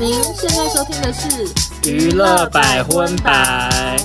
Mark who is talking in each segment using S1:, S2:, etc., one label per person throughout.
S1: 您现在收听的是《
S2: 娱乐百分百》。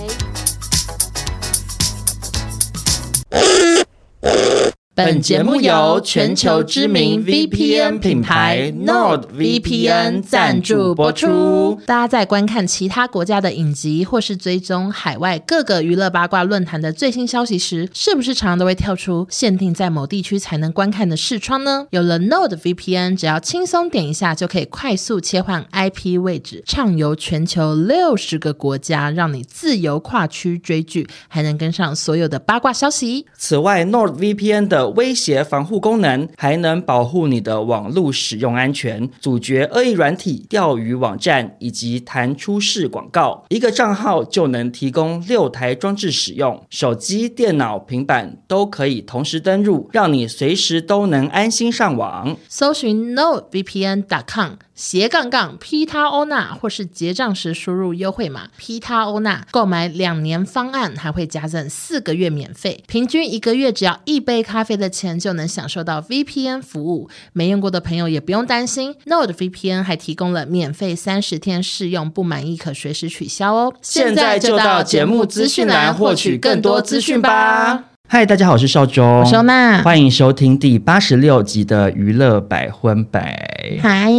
S3: 本节目由全球知名 VPN 品牌 NordVPN 赞助播出。
S1: 大家在观看其他国家的影集，或是追踪海外各个娱乐八卦论坛的最新消息时，是不是常常都会跳出限定在某地区才能观看的视窗呢？有了 NordVPN，只要轻松点一下，就可以快速切换 IP 位置，畅游全球六十个国家，让你自由跨区追剧，还能跟上所有的八卦消息。
S3: 此外，NordVPN 的威胁防护功能还能保护你的网络使用安全，阻绝恶意软体、钓鱼网站以及弹出式广告。一个账号就能提供六台装置使用，手机、电脑、平板都可以同时登入，让你随时都能安心上网。
S1: 搜寻 novpn.com 斜杠杠 Pita Ona，或是结账时输入优惠码 Pita Ona，购买两年方案还会加赠四个月免费，平均一个月只要一杯咖啡的钱就能享受到 VPN 服务。没用过的朋友也不用担心，NordVPN 还提供了免费三十天试用，不满意可随时取消哦。
S3: 现在就到节目资讯栏获取更多资讯吧。嗨，大家好，我是邵忠，
S1: 我收纳，
S3: 欢迎收听第八十六集的娱乐百分百。
S1: 嗨，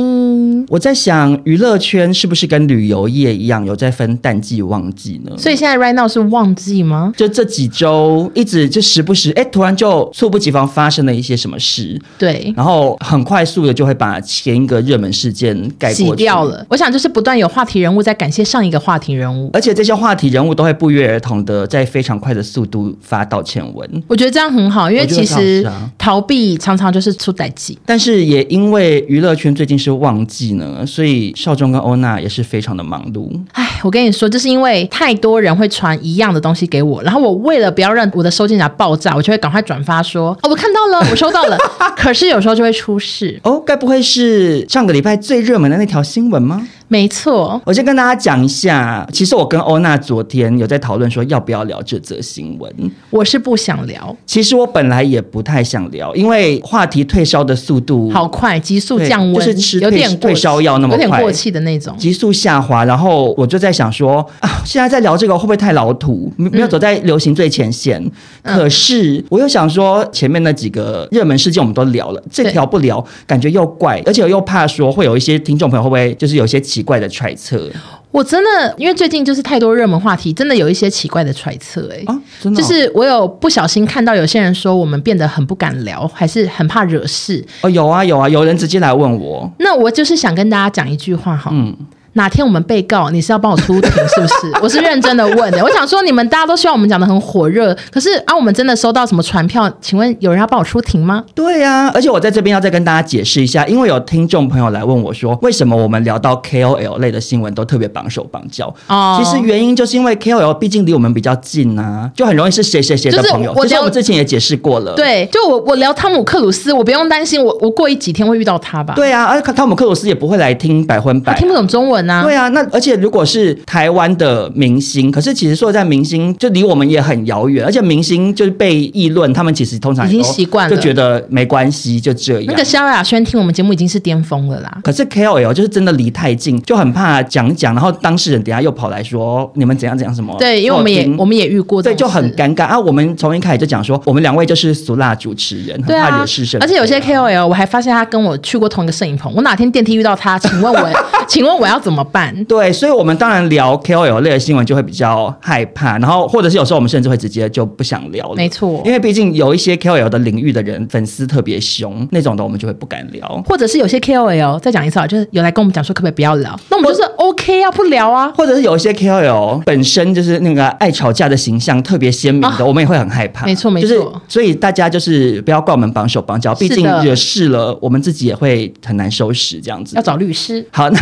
S3: 我在想，娱乐圈是不是跟旅游业一样，有在分淡季旺季呢？
S1: 所以现在 right now 是旺季吗？
S3: 就这几周一直就时不时，哎、突然就猝不及防发生了一些什么事，
S1: 对。
S3: 然后很快速的就会把前一个热门事件盖过
S1: 洗
S3: 去
S1: 掉。了，我想就是不断有话题人物在感谢上一个话题人物，
S3: 而且这些话题人物都会不约而同的在非常快的速度发道歉文，
S1: 我觉得这样很好，因为
S3: 我觉得
S1: 其实
S3: 这样是啊
S1: 逃避常常就是出代际。
S3: 但是也因为娱乐圈最近是旺季呢，所以少中跟欧娜也是非常的忙碌。
S1: 唉，我跟你说，就是因为太多人会传一样的东西给我，然后我为了不要让我的收件夹爆炸，我就会赶快转发说，哦，我看到了，我收到了。 可是有时候就会出事。
S3: 哦，该不会是上个礼拜最热门的那条新闻吗？
S1: 没错，
S3: 我先跟大家讲一下，其实我跟欧娜昨天有在讨论说要不要聊这则新闻。
S1: 我是不想聊，
S3: 其实我本来也不太想聊，因为话题退烧的速度
S1: 好快，急速
S3: 对
S1: 降温，
S3: 就是吃
S1: 有
S3: 退
S1: 点过
S3: 退烧药那么
S1: 有点
S3: 快
S1: 过气的那种。
S3: 急速下滑，然后我就在想说啊，现在在聊这个会不会太老土？
S1: 嗯
S3: 没没有走在流行最前线。可是我又想说，前面那几个热门事件我们都聊了，这条不聊感觉又怪，而且我又怕说会有一些听众朋友会不会就是有一些奇怪的揣测
S1: 我真的因为最近就是太多热门话题，真的有一些奇怪的揣测、欸，哎、
S3: 啊？真的
S1: 就
S3: 哦、
S1: 是我有不小心看到有些人说我们变得很不敢聊，还是很怕惹事。
S3: 哦，有啊有啊，有人直接来问我，
S1: 那我就是想跟大家讲一句话哈，
S3: 嗯
S1: 哪天我们被告，你是要帮我出庭是不 是？我是认真的问的。我想说，你们大家都希望我们讲的很火热，可是啊，我们真的收到什么传票？请问有人要帮我出庭吗？
S3: 对呀、而且我在这边要再跟大家解释一下，因为有听众朋友来问我说，为什么我们聊到 KOL 类的新闻都特别绑手绑脚？
S1: 哦
S3: 其实原因就是因为 KOL 毕竟离我们比较近啊，就很容易是谁谁谁的
S1: 就是
S3: 朋友。
S1: 我
S3: 其实
S1: 聊
S3: 我们之前也解释过了。。
S1: 对，就我我聊汤姆克鲁斯，我不用担心，我我过一几天会遇到他吧？，
S3: 对啊，而汤姆克鲁斯也不会来听百分百、
S1: 他听不懂中文啊。
S3: 对啊，那而且如果是台湾的明星，可是其实说实在明星就离我们也很遥远，而且明星就是被议论，他们其实通常
S1: 已经
S3: 也都
S1: 习惯了
S3: 就觉得没关系，就这样。
S1: 那个萧亚轩听我们节目已经是巅峰了啦。
S3: 可是 KOL 就是真的离太近，就很怕讲一讲，然后当事人等一下又跑来说你们怎样怎样什么。
S1: 对，因为我们也
S3: 听
S1: 我们也遇过这
S3: 哦对
S1: 种事，
S3: 就很尴尬啊！我们从一开始就讲说，我们两位就是俗辣主持人，
S1: 对
S3: 很怕
S1: 啊
S3: 惹是生，非
S1: 而
S3: 啊。
S1: 且有些 KOL 我还发现他跟我去过同一个摄影棚，我哪天电梯遇到他，请问我， 请问我要怎么办？
S3: 对，所以我们当然聊 KOL 类的新闻就会比较害怕，然后或者是有时候我们甚至会直接就不想聊了。
S1: 没错
S3: 因为毕竟有一些 KOL 的领域的人粉丝特别凶，那种的我们就会不敢聊。
S1: 或者是有些 KOL 再讲一次啊，就是有来跟我们讲说可不可以不要聊，那我们就是 OK 啊，不聊啊。
S3: 或者是有一些 KOL 本身就是那个爱吵架的形象特别鲜明的，
S1: 啊
S3: 我们也会很害怕。
S1: 没错没错
S3: 就是所以大家就是不要怪我们绑手绑脚，
S1: 是
S3: 毕
S1: 的
S3: 竟惹事了，我们自己也会很难收拾这样子
S1: 要。找律师，
S3: 好， 那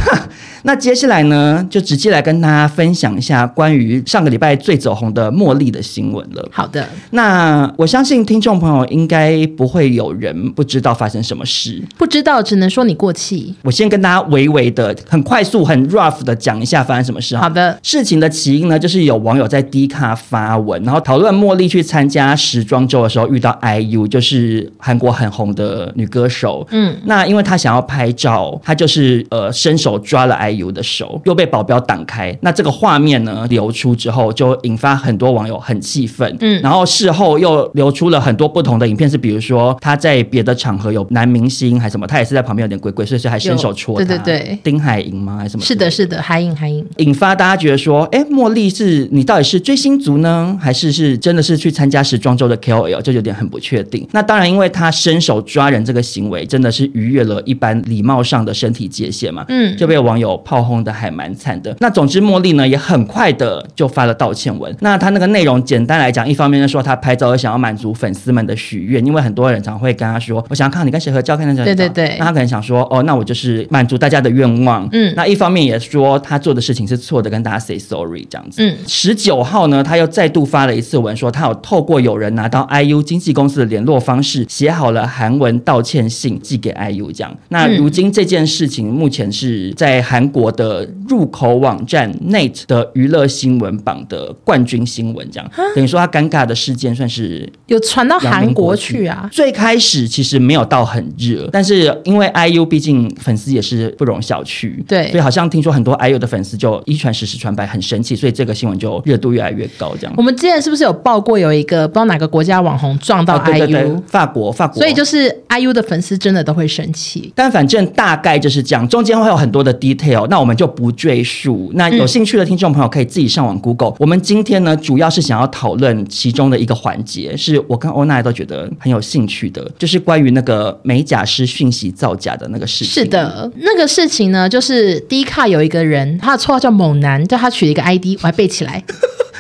S3: 那接下来呢，就直接来跟大家分享一下关于上个礼拜最走红的茉莉的新闻了。
S1: 好的，
S3: 那我相信听众朋友应该不会有人不知道发生什么事。
S1: 不知道只能说你过气。
S3: 我先跟大家微微的、很快速、很 rough rough 的讲一下发生什么事哈
S1: 好。的，
S3: 事情的起因呢，就是有网友在 D 卡发文，然后讨论茉莉去参加时装周的时候遇到 IU，就是韩国很红的女歌手。
S1: 嗯，
S3: 那因为她想要拍照，她就是呃伸手抓了 IU 的手，又被保镖挡开。那这个画面呢流出之后，就引发很多网友很气愤。
S1: 嗯
S3: 然后事后又流出了很多不同的影片，是比如说她在别的场合有男明星还是什么，她也是在旁边有点鬼鬼祟祟，还伸手戳
S1: 有
S3: 他。
S1: 对对对
S3: 丁海寅吗？还是什么？
S1: 是的，是的，还影还影。
S3: 引发大家觉得说，哎，茉莉是你到底是追星族呢，还是是真的是去参加时装周的 KOL？这有点很不确定。那当然，因为她伸手抓人这个行为，真的是逾越了一般礼貌上的身体界限嘛，
S1: 嗯
S3: 就被网友炮轰的还蛮惨的。那总之，茉莉呢也很快的就发了道歉文。那她那个内容简单来讲，一方面是说她拍照想要满足粉丝们的许愿，因为很多人常会跟她说，我想要看到你跟谁合照，看到谁合照
S1: 对对对
S3: 那她可能想说，哦，那我就是满足大家的愿望。
S1: 嗯
S3: 那一方面也说她做的事情是错的，跟大家 say sorry 这样子。
S1: 嗯
S3: 十九号呢，她又再度发了一次文，说她有透过有人拿到 IU 经纪公司的联络方式，写好了韩文道歉信寄给 IU 这样。那
S1: 嗯
S3: 如今这件事情目前是在韩国的入口网站 Net 的娱乐新闻榜的冠军新闻这样，等于说她尴尬的事件算是
S1: 有传到
S3: 阳
S1: 韩
S3: 明
S1: 国
S3: 国
S1: 去啊，
S3: 最开始其实没有到很热，但是因为 IU 毕竟粉丝也是不容小觑，
S1: 对
S3: 所以好像听说很多 IU 的粉丝就一传十，十传百，很生气，所以这个新闻就热度越来越高，这样。
S1: 我们之前是不是有报过有一个不知道哪个国家网红撞到
S3: 哦
S1: IU，、
S3: 对对对，法国，法国，
S1: 所以就是 IU 的粉丝真的都会生气。
S3: 但反正大概就是这样，中间会有很多的 detail，那我们就不赘述。那
S1: 嗯
S3: 有兴趣的听众朋友可以自己上网 Google、我们今天呢，主要是想要讨论其中的一个环节，是我跟欧娜都觉得很有兴趣的，就是关于那个美甲师讯息造假的那个事情。
S1: 是，的，那个事情呢，就是低卡有一个人，他的绰号叫猛男，叫他取了一个 ID，我还背起来。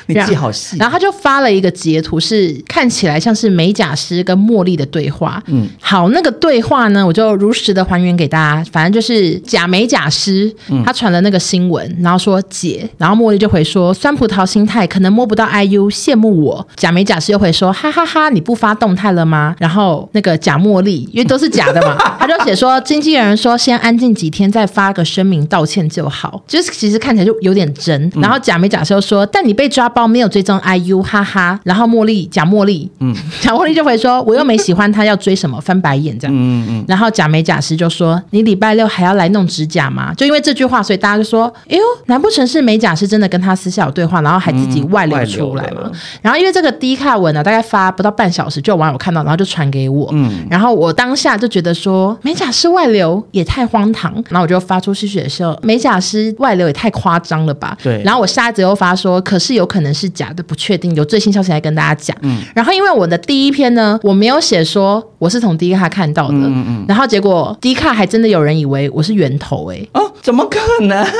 S3: 你
S1: 然
S3: 记好细。
S1: 然后他就发了一个截图，是看起来像是美甲师跟茉莉的对话。嗯，好，那个对话呢，我就如实的还原给大家。反正就是假美甲师，他传了那个新闻，然后说姐，然后茉莉就回说酸葡萄心态可能摸不到 IU，羡慕我。假美甲师又回说哈哈哈你不发动态了吗？然后那个假茉莉，因为都是假的 嘛，他就写说经纪人说先安静几天，再发个声明道歉就好。就是其实看起来就有点真。
S3: 嗯
S1: 然后假美甲师又说，但你被抓包没有追踪 IU，哈哈。然后茉莉假茉莉，嗯，假茉莉就回说我又没喜欢他，要追什么？翻白眼这样。
S3: 嗯嗯，
S1: 然后假美甲师就说：“你礼拜六还要来弄指甲吗？”就因为这句话，所以大家就说：“哎呦，难不成是美甲师真的跟他私下有对话，然后还自己外流出来
S3: 嗯外流
S1: 吗？”
S3: 了
S1: 嗯然后因为这个低卡文呢，大概发不到半小时，就有网友看到，然后就传给我。嗯，然后我当下就觉得说，美甲师外流也太荒唐。然后我就发出戏谑的时候，美甲师外流也太夸张了吧？
S3: 对
S1: 然后我下一则又发说，可是有可能是假的，不确定，有最新消息来跟大家讲。嗯，然后因为我的第一篇呢，我没有写说我是从低卡看到的，嗯嗯然后结果低卡还真的有人以为我是源头、欸，
S3: 哦，怎么可 能？太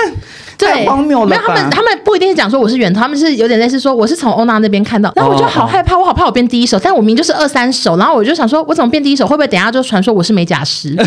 S1: 对，
S3: 荒谬
S1: 没
S3: 了
S1: 有他
S3: 吧
S1: 们，！他们不一定是讲说我是源头，他们是有点类似说我是从欧娜那边看到，然后
S3: 哦
S1: 我就好害怕，我好怕我变第一手，但我明明就是二三手，然后我就想说，我怎么变第一手？会不会等一下就传说我是美甲 师？你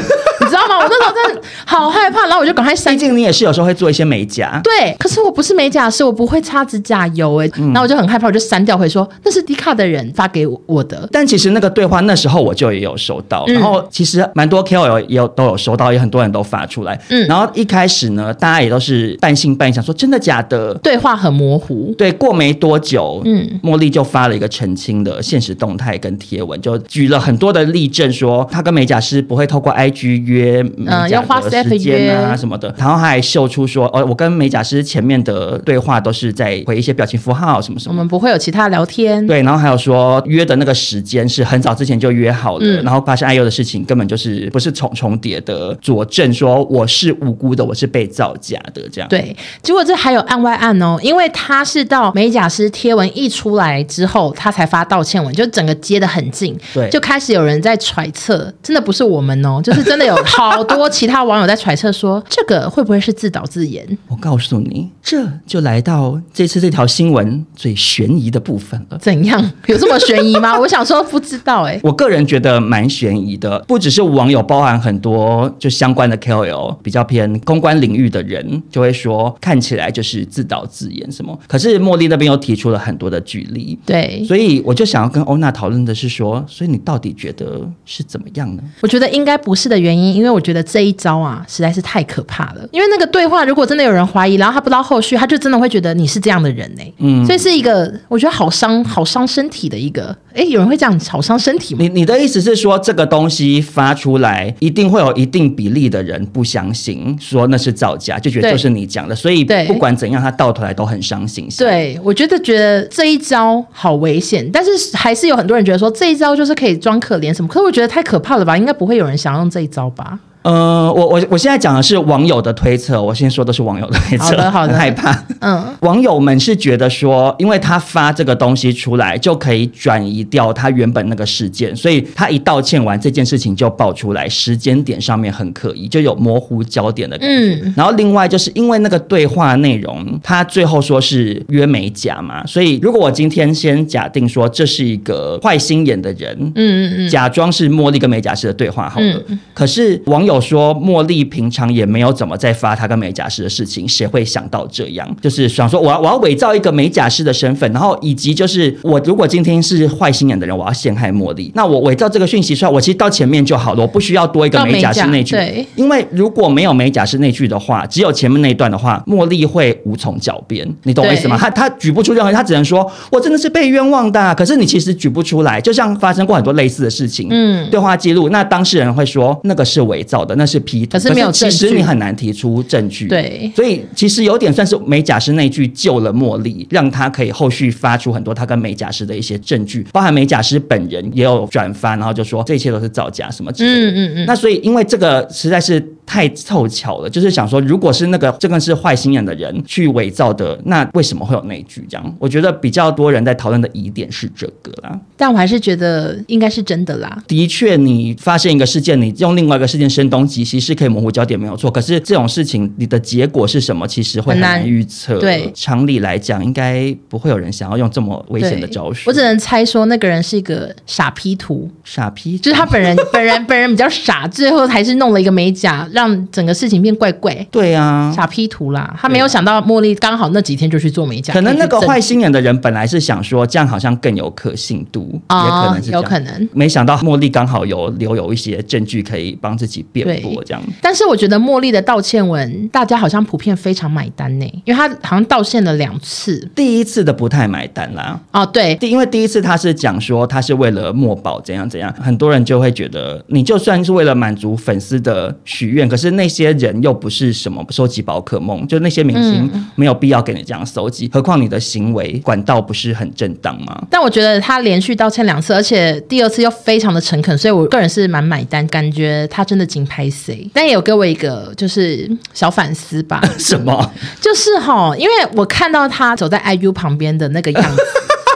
S1: 知道吗？我那时候真的好害怕，然后我就赶快删
S3: 毕。竟你也是有时候会做一些美甲。
S1: 对，可是我不是美甲师，我不会擦指甲油哎、
S3: 嗯
S1: 然后我就很害怕，我就删掉，回说那是迪卡的人发给我我的，
S3: 但其实那个对话那时候我就也有收到，
S1: 嗯
S3: 然后其实蛮多 KOL 也有都有收到，也很多人都发出来。
S1: 嗯
S3: 然后一开始呢，大家也都是半信半疑，想说真的假的。
S1: 对话很模糊。
S3: 对，过没多久，
S1: 嗯
S3: 嗯，茉莉就发了一个澄清的现实动态跟贴文，就举了很多的例证说，她跟美甲师不会透过 IG 约美
S1: 嗯要
S3: 甲
S1: 花
S3: 的时
S1: step
S3: 间啊
S1: 约
S3: 什么的，然后她还秀出说，哦，我跟美甲师前面的对话都是在回一些表情符号什么什
S1: 我
S3: 么的
S1: 们不会有其他聊天，
S3: 对，然后还有说约的那个时间是很早之前就约好的，
S1: 嗯
S3: 然后发现爱优的事情根本就是不是重重叠的佐证，说我是无辜的，我是被造假的这样。，
S1: 对，结果这还有案外案哦，因为他是到美甲师贴文一出来之后，他才发道歉文，就整个接得很近，
S3: 对
S1: 就开始有人在揣测，真的不是我们哦，就是真的有好多其他网友在揣测说， 这个会不会是自导自演？
S3: 我告诉你，这就来到这次这条新闻最悬疑的部分了。
S1: 怎样？有这么悬疑吗？我想说不知道哎、
S3: 我个人觉得蛮悬疑的，不只是网友，包含很多就相关的 KOL，比较偏公关领域的人就会说，看起来就是自导自演什么。可是茉莉那边又提出了很多的举例，
S1: 对，
S3: 所以我就想要跟欧娜讨论的是说，所以你到底觉得是怎么样呢？
S1: 我觉得应该不是的原因，因为我觉得这一招啊实在是太可怕了。因为那个对话，如果真的有人怀疑，然后他不知道后续，他就真的会觉得你是这样的人呢、嗯，所以是一个我觉得好伤、好伤身体的一个。哎，有人会这样好伤身体吗？
S3: 你你的意思是说，这个东西发出来，一定会有一定比例的人不相信，说那是造假，就觉得
S1: 对
S3: 就是你讲的，所以
S1: 对
S3: 不管怎样，他到头来都很伤心。，
S1: 对，我觉得觉得这一招好危险，但是还是有很多人觉得说这一招就是可以装可怜什么，可是我觉得太可怕了吧，应该不会有人想用这一招吧？
S3: 呃，我我我现在讲的是网友的推测，我先说都是网友的推测，
S1: 好的好的
S3: 很害怕。
S1: 嗯，
S3: 网友们是觉得说，因为他发这个东西出来，就可以转移掉他原本那个事件，所以他一道歉完这件事情就爆出来，时间点上面很可疑，就有模糊焦点的感觉。
S1: 嗯
S3: 然后另外就是因为那个对话内容，他最后说是约美甲嘛，所以如果我今天先假定说这是一个坏心眼的人，
S1: 嗯嗯嗯
S3: 假装是茉莉跟美甲师的对话好了。可是网友说，茉莉平常也没有怎么在发她跟美甲师的事情，谁会想到这样？就是想说，我要我要伪造一个美甲师的身份，然后以及就是我如果今天是坏心眼的人，我要陷害茉莉，那我伪造这个讯息出来，我其实到前面就好了，我不需要多一个
S1: 到
S3: 美甲师
S1: 美甲
S3: 那句
S1: 对，
S3: 因为如果没有美甲师那句的话，只有前面那一段的话，茉莉会无从狡辩，你懂我意思吗？
S1: 对
S3: 他他举不出任何，他只能说我真的是被冤枉的啊、可是你其实举不出来，就像发生过很多类似的事情，
S1: 嗯
S3: 对话记录，那当事人会说那个是伪造的，那是 P 图，
S1: 可是没有
S3: 其
S1: 证
S3: 实
S1: 据
S3: 你很难提出证据，
S1: 嗯对
S3: 所以其实有点算是美甲师那句救了茉莉，让她可以后续发出很多她跟美甲师的一些证据，包含美甲师本人也有转发，然后就说这一切都是造假什么之类
S1: 嗯
S3: 的。
S1: 嗯嗯，
S3: 那所以，因为这个实在是太凑巧了，就是想说，如果是那个这个是坏心眼的人去伪造的，那为什么会有那一句这样？我觉得比较多人在讨论的疑点是这个啦。
S1: 但我还是觉得应该是真的啦。
S3: 的确，你发现一个事件，你用另外一个事件声东击西是可以模糊焦点，没有错。可是这种事情，你的结果是什么，其实会
S1: 很
S3: 很
S1: 难
S3: 难预测。
S1: 对
S3: 常理来讲，应该不会有人想要用这么危险的
S1: 对
S3: 招数。
S1: 我只能猜说那个人是一个傻 P 图，
S3: 傻批，
S1: 就是他本 人本人本人比较傻，最后还是弄了一个美甲，让整个事情变怪怪。
S3: 对啊，
S1: 傻 P 图啦，他没有想到茉莉刚好那几天就去做美甲，
S3: 可能那个
S1: 可以
S3: 坏
S1: 去
S3: 心眼的人本来是想说，这样好像更有可信度，
S1: 证
S3: 也可能是
S1: 哦
S3: 这
S1: 有
S3: 样
S1: 可。能。
S3: 没想到茉莉刚好有留有一些证据可以帮自己辩
S1: 对
S3: 驳，这样
S1: 但是我觉得茉莉的道歉文，大家好像普遍非常买单呢，因为她好像道歉了两次
S3: 第一次的不太买单啦。
S1: 哦，对，
S3: 第因为第一次他是讲说他是为了墨宝怎样怎样，很多人就会觉得你就算是为了满足粉丝的许愿，可是那些人又不是什么收集宝可梦，就那些明星没有必要给你这样收集，何况你的行为管道不是很正当吗？
S1: 但我觉得他连续道歉两次，而且第二次又非常的诚恳，所以我个人是蛮买单，感觉他真的紧拍 C。但也有给我一个就是嗯小反思吧，
S3: 什么？
S1: 就是哈，因为我看到他走在 IU 旁边的那个样子。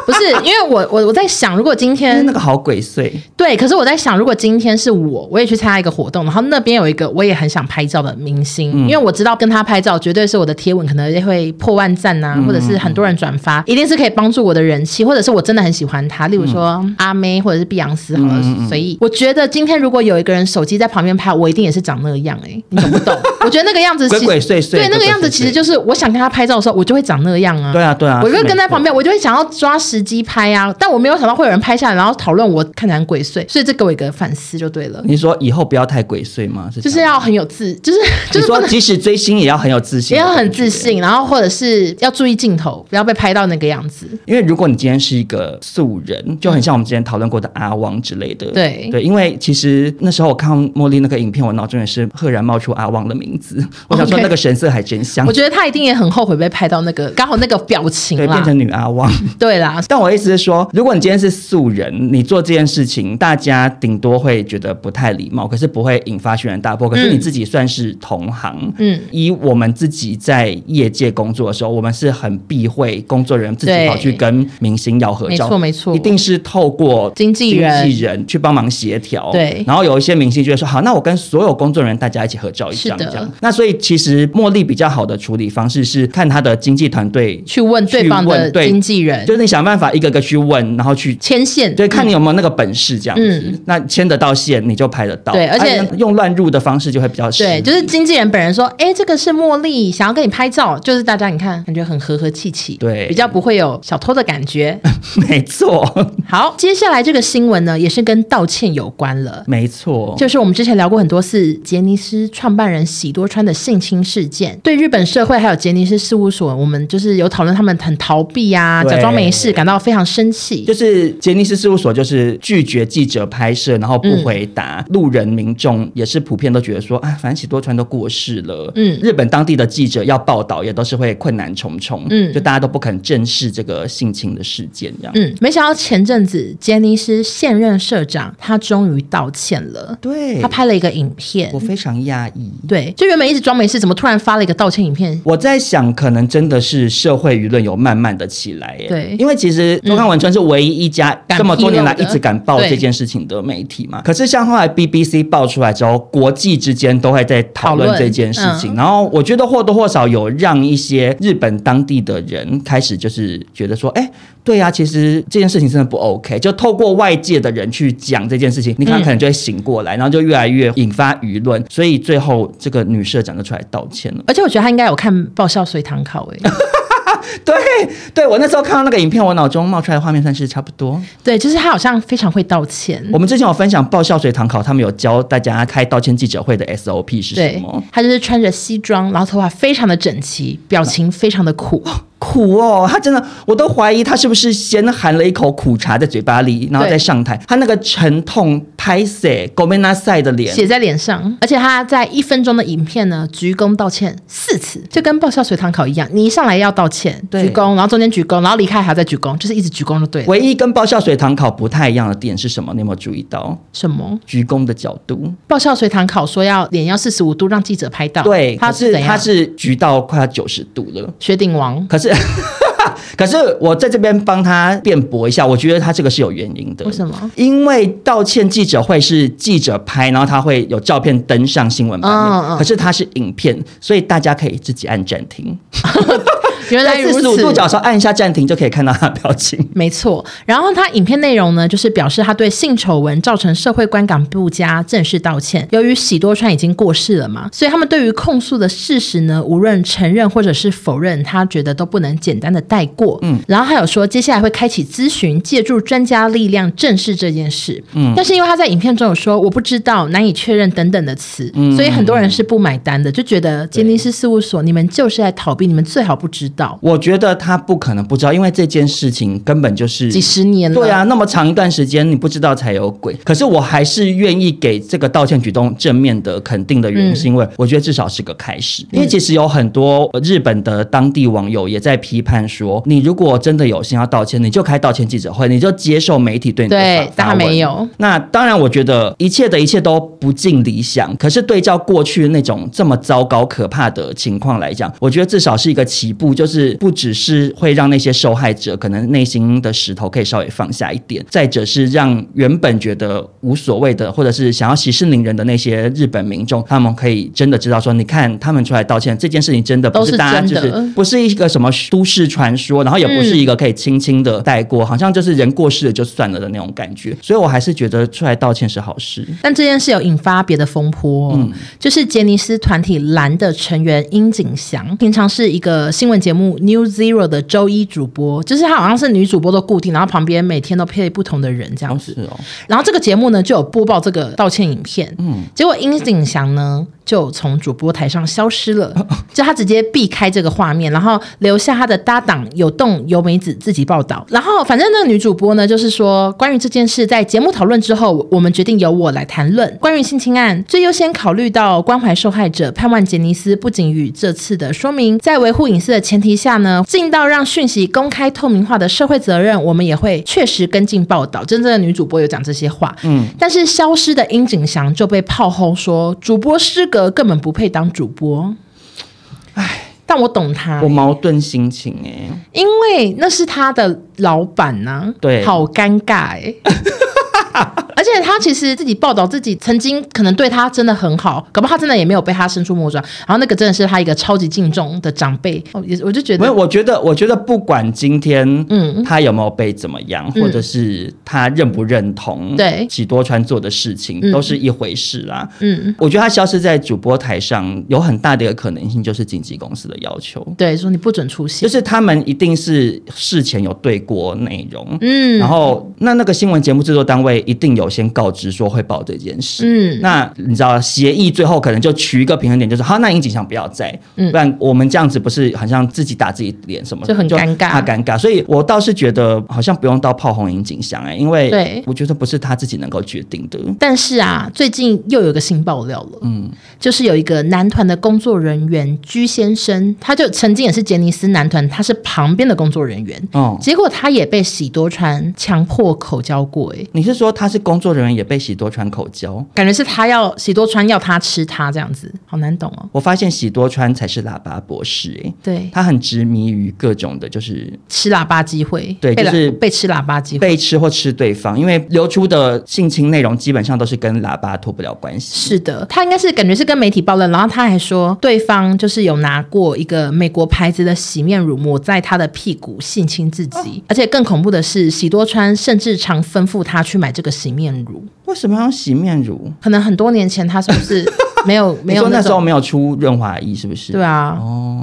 S1: 不是，因为我我我在想，如果今天
S3: 那个好鬼祟。
S1: 对，可是我在想，如果今天是我，我也去参加一个活动，然后那边有一个我也很想拍照的明星，
S3: 嗯
S1: 因为我知道跟他拍照绝对是我的贴文可能也会破万赞
S3: 嗯
S1: 呐、或者是很多人转发，一定是可以帮助我的人气，或者是我真的很喜欢他，
S3: 嗯
S1: 例如说、阿妹或者是碧昂斯好了，随意。我觉得今天如果有一个人手机在旁边拍，我一定也是长那样哎、欸，你懂不懂？我觉得那个样子其实
S3: 鬼鬼祟祟
S1: 对那个
S3: 鬼鬼
S1: 样子
S3: 祟
S1: 其实
S3: 祟
S1: 就是我想跟他拍照的时候，我就会长那样啊。
S3: 对啊，对啊，
S1: 我就是跟
S3: 没
S1: 在
S3: 错
S1: 旁边，我就会想要抓时机拍啊，但我没有想到会有人拍下来，然后讨论我看起来很鬼祟，所以这给我一个反思就对了，
S3: 你说以后不要太鬼祟吗？是这
S1: 就是
S3: 样
S1: 要很有自，就是就是
S3: 你
S1: 不
S3: 说
S1: 能
S3: 即使追星也要很有自信，
S1: 也要很自。信，然后或者是要注意镜头，不要被拍到那个样子。
S3: 因为如果你今天是一个素人，就很像我们之前讨论过的阿旺之类的。
S1: 对
S3: 对，因为其实那时候我看茉莉那个影片，我脑中也是赫然冒出阿旺的名字，我想说
S1: OK
S3: 那个神色还真像
S1: 我，觉得他一定也很后悔被拍到那个刚好那个表情
S3: 对，变
S1: 啦，
S3: 成女 阿旺。
S1: 对啦，
S3: 但我的意思是说，如果你今天是素人，你做这件事情，大家顶多会觉得不太礼貌，可是不会引发轩然大波。可是你自己算是同行，
S1: 嗯，
S3: 以我们自己在业界工作的时候，我们是很避讳工作人员自己
S1: 对
S3: 跑去跟明星要合
S1: 没
S3: 照，
S1: 错没错
S3: 一定是透过
S1: 经纪人
S3: 经纪人去帮忙协调，
S1: 对
S3: 然后有一些明星就会说，好，那我跟所有工作人员大家一起合照一张，
S1: 是
S3: 这
S1: 的
S3: 样。那所以其实茉莉比较好的处理方式是看她的经纪团队
S1: 去问对方
S3: 去
S1: 的
S3: 问对
S1: 经纪人
S3: 就。是你想办法一个个去问，然后去
S1: 牵线，
S3: 对，看你有没有那个本事这样子。
S1: 嗯
S3: 那牵得到线，你就拍得到。
S1: 对而且
S3: 啊用乱入的方式就会比较
S1: 嗯
S3: 失
S1: 对，
S3: 礼
S1: 就是经纪人本人说，哎、这个是茉莉，想要跟你拍照，就是大家你看，感觉很和和气气，
S3: 对
S1: 比较不会有小偷的感觉。
S3: 没错，
S1: 好，接下来这个新闻呢，也是跟道歉有关了。
S3: 没错，
S1: 就是我们之前聊过很多次杰尼斯创办人喜多川的性侵事件，对日本社会还有杰尼斯事务所，我们就是有讨论他们很逃避啊，
S3: 对
S1: 假装没事，感到非常生气。
S3: 就是杰尼斯事务所就是拒绝记者拍摄，然后不回
S1: 嗯
S3: 答、路人民众也是普遍都觉得说啊，反正喜多川都过世了，
S1: 嗯
S3: 日本当地的记者要报道也都是会困难重重，
S1: 嗯
S3: 就大家都不肯正视这个性侵的事件这样。
S1: 嗯，没想到前阵子杰尼斯现任社长他终于道歉了，
S3: 对
S1: 他，拍了一个影片
S3: 我。非常压抑。
S1: 对，就原本一直装没事，怎么突然发了一个道歉影片？
S3: 我在想，可能真的是社会舆论有慢慢的起来耶。
S1: 对
S3: 因为其实周刊文春是唯一一家
S1: 敢
S3: 这么多年来
S1: 披
S3: 一
S1: 露的
S3: 直敢报
S1: 对
S3: 这件事情的媒体嘛。可是像后来 BBC 爆出来之后，国际之间都会在讨
S1: 讨
S3: 论
S1: 论
S3: 这件事
S1: 嗯
S3: 情。然后我觉得或多或少有让一些日本当地的人开始就是觉得说，哎，对呀、其实这件事情真的不 OK。就透过外界的人去讲这件事情，你看
S1: 嗯
S3: 可能就会醒过来，然后就越来越引发舆论。所以最后这个女社长就出来道歉了。
S1: 而且我觉得他应该有看《爆笑随堂考》哎，
S3: 对对，我那时候看到那个影片，我脑中冒出来的画面算是差不多。
S1: 对，就是他好像非常会道歉。
S3: 我们之前有分享爆笑水堂考，他们有教大家开道歉记者会的 SOP 是什
S1: 对
S3: 么。，
S1: 他就是穿着西装，然后头发非常的整齐，表情非常的苦。
S3: 苦哦，他真的，我都怀疑他是不是先含了一口苦茶在嘴巴里，然后再上台。他那个沉痛、拍死、g o m e n a 赛的脸，
S1: 写在脸上，而且他在一分钟的影片呢，鞠躬道歉四次，就跟爆笑随堂考一样，你一上来要道歉，
S3: 对
S1: 鞠躬，然后中间鞠躬，然后离开还要再鞠躬，就是一直鞠躬就对了。
S3: 唯一跟爆笑水堂考不太一样的点是什么？你有没有注意到？
S1: 什么？
S3: 鞠躬的角度，
S1: 爆笑随堂考说要脸要四十五度让记者拍到，
S3: 对，
S1: 啊他
S3: 可是
S1: 怎样？
S3: 他是鞠到快要九十度了。
S1: 雪顶王，
S3: 可是， 可是我在这边帮他辩驳一下，我觉得他这个是有原因的。
S1: 为什么？
S3: 因为道歉记者会是记者拍，然后他会有照片登上新闻版面，
S1: 嗯嗯
S3: 可是它是影片，所以大家可以自己按暂停，
S1: 原来
S3: 在
S1: 如
S3: 四
S1: 此。
S3: 十五度角的时候按一下暂停就可以看到他的表情。
S1: 没错，然后他影片内容呢，就是表示他对性丑闻造成社会观感不佳，正式道歉。由于喜多川已经过世了嘛，所以他们对于控诉的事实呢，无论承认或者是否认，他觉得都不能简单的带过。嗯，然后还有说，接下来会开启咨询，借助专家力量正视这件事。嗯，但是因为他在影片中有说我不知道、难以确认等等的词，
S3: 嗯
S1: 所以很多人是不买单的，就觉得杰尼斯事务所你们就是在逃避，你们最好不知道。
S3: 我觉得他不可能不知道，因为这件事情根本就是
S1: 几十年了，
S3: 对啊，那么长一段时间你不知道才有鬼。可是我还是愿意给这个道歉举动正面的肯定的原因，
S1: 嗯
S3: 是因为我觉得至少是个开始。因为其实有很多呃日本的当地网友也在批判说，你如果真的有心要道歉，你就开道歉记者会，你就接受媒体对你的
S1: 对
S3: 发
S1: 但他
S3: 发问
S1: 没有
S3: 那当然，我觉得一切的一切都不尽理想。可是对照过去那种这么糟糕、可怕的情况来讲，我觉得至少是一个起步，就是不只是会让那些受害者可能内心的石头可以稍微放下一点，再者是让原本觉得无所谓的，或者是想要息事宁人的那些日本民众，他们可以真的知道说，你看他们出来道歉这件事情真的不
S1: 都是
S3: 是大家
S1: 真
S3: 就
S1: 的
S3: 是不是一个什么都市传说，然后也不是一个可以轻轻的带过，好像就是人过世了就算了的那种感觉。所以我还是觉得出来道歉是好事。
S1: 但这件事有引发别的风波、哦
S3: 嗯
S1: 就是杰尼斯团体蓝的成员殷景祥，平常是一个新闻节目 New Zero 的周一主播，就是她好像是女主播的固定，然后旁边每天都配不同的人这样
S3: 哦，
S1: 子。
S3: 是哦，
S1: 然后这个节目呢就有播报这个道歉影片，嗯，结果殷景祥呢就从主播台上消失了， 就他直接避开这个画面，然后留下他的搭档有动由美子自己报道。然后反正那个女主播呢就是说，关于这件事在节目讨论之后，我们决定由我来谈论。关于性侵案，最优先考虑到关怀受害者，盼望杰尼斯不仅与这次的说明，在维护隐私的前提下呢，尽到让讯息公开透明化的社会责任，我们也会确实跟进报道。真正的女主播有讲这些话，嗯，但是消失的殷景祥就被炮轰说，主播失格根本不配当主播。唉，但我懂他
S3: 我，矛盾心情哎、
S1: 因为那是他的老板呐、
S3: 对
S1: 好尴尬哎、而且他其实自己报道自己曾经可能对他真的很好，搞不好他真的也没有被他伸出魔爪。然后那个真的是他一个超级敬重的长辈，哦，也我就觉
S3: 没有，
S1: 得
S3: 我觉得，我觉得不管今天，
S1: 嗯
S3: 嗯，他有没有被怎么样，
S1: 嗯
S3: 或者是他认不认同
S1: 对
S3: 喜多川做的事情，
S1: 嗯
S3: 都是一回事啦。
S1: 嗯，
S3: 我觉得他消失在主播台上，有很大的一个可能性就是经纪公司的要求，
S1: 对，说你不准出现
S3: 就，是他们一定是事前有对过内容，
S1: 嗯，
S3: 然后那那个新闻节目制作单位一定有先告知说会报这件事。
S1: 嗯
S3: 那你知道协议最后可能就取一个平衡点，就是好，那樱井翔不要在，
S1: 嗯
S3: 不然我们这样子不是很像自己打自己脸什么，
S1: 就很尴尬
S3: 怕尴尬。所以我倒是觉得好像不用到炮轰樱井翔哎、因
S1: 对
S3: 为我觉得不是他自己能够决定的。
S1: 但是啊，最近又有一个新爆料了，嗯，就是有一个男团的工作人员居先生，他就曾经也是杰尼斯男团，他是旁边的工作人员，
S3: 哦、
S1: 结果他也被喜多川强迫口交过、欸，
S3: 你是说他是工作人员也被喜多川口交？
S1: 感觉是他要喜多川要他吃他这样子，好难懂哦。
S3: 我发现喜多川才是喇叭博士哎、
S1: 对，
S3: 他很执迷于各种的，就是
S1: 吃喇叭机会，
S3: 对
S1: 被
S3: 就是
S1: 喇被吃喇叭机会，
S3: 被吃或吃对方，因为流出的性侵内容基本上都是跟喇叭脱不了关系。
S1: 是的，他应该是感觉是跟媒体爆料，然后他还说对方就是有拿过一个美国牌子的洗面乳抹在他的屁股性侵自
S3: 哦
S1: 己，而且更恐怖的是，喜多川甚至常吩咐他去买这个洗面乳，
S3: 为什么要用洗面乳？
S1: 可能很多年前他是不是没有没有
S3: 你说那时候
S1: 种
S3: 没有出润滑液，是不是？哦
S1: 对啊，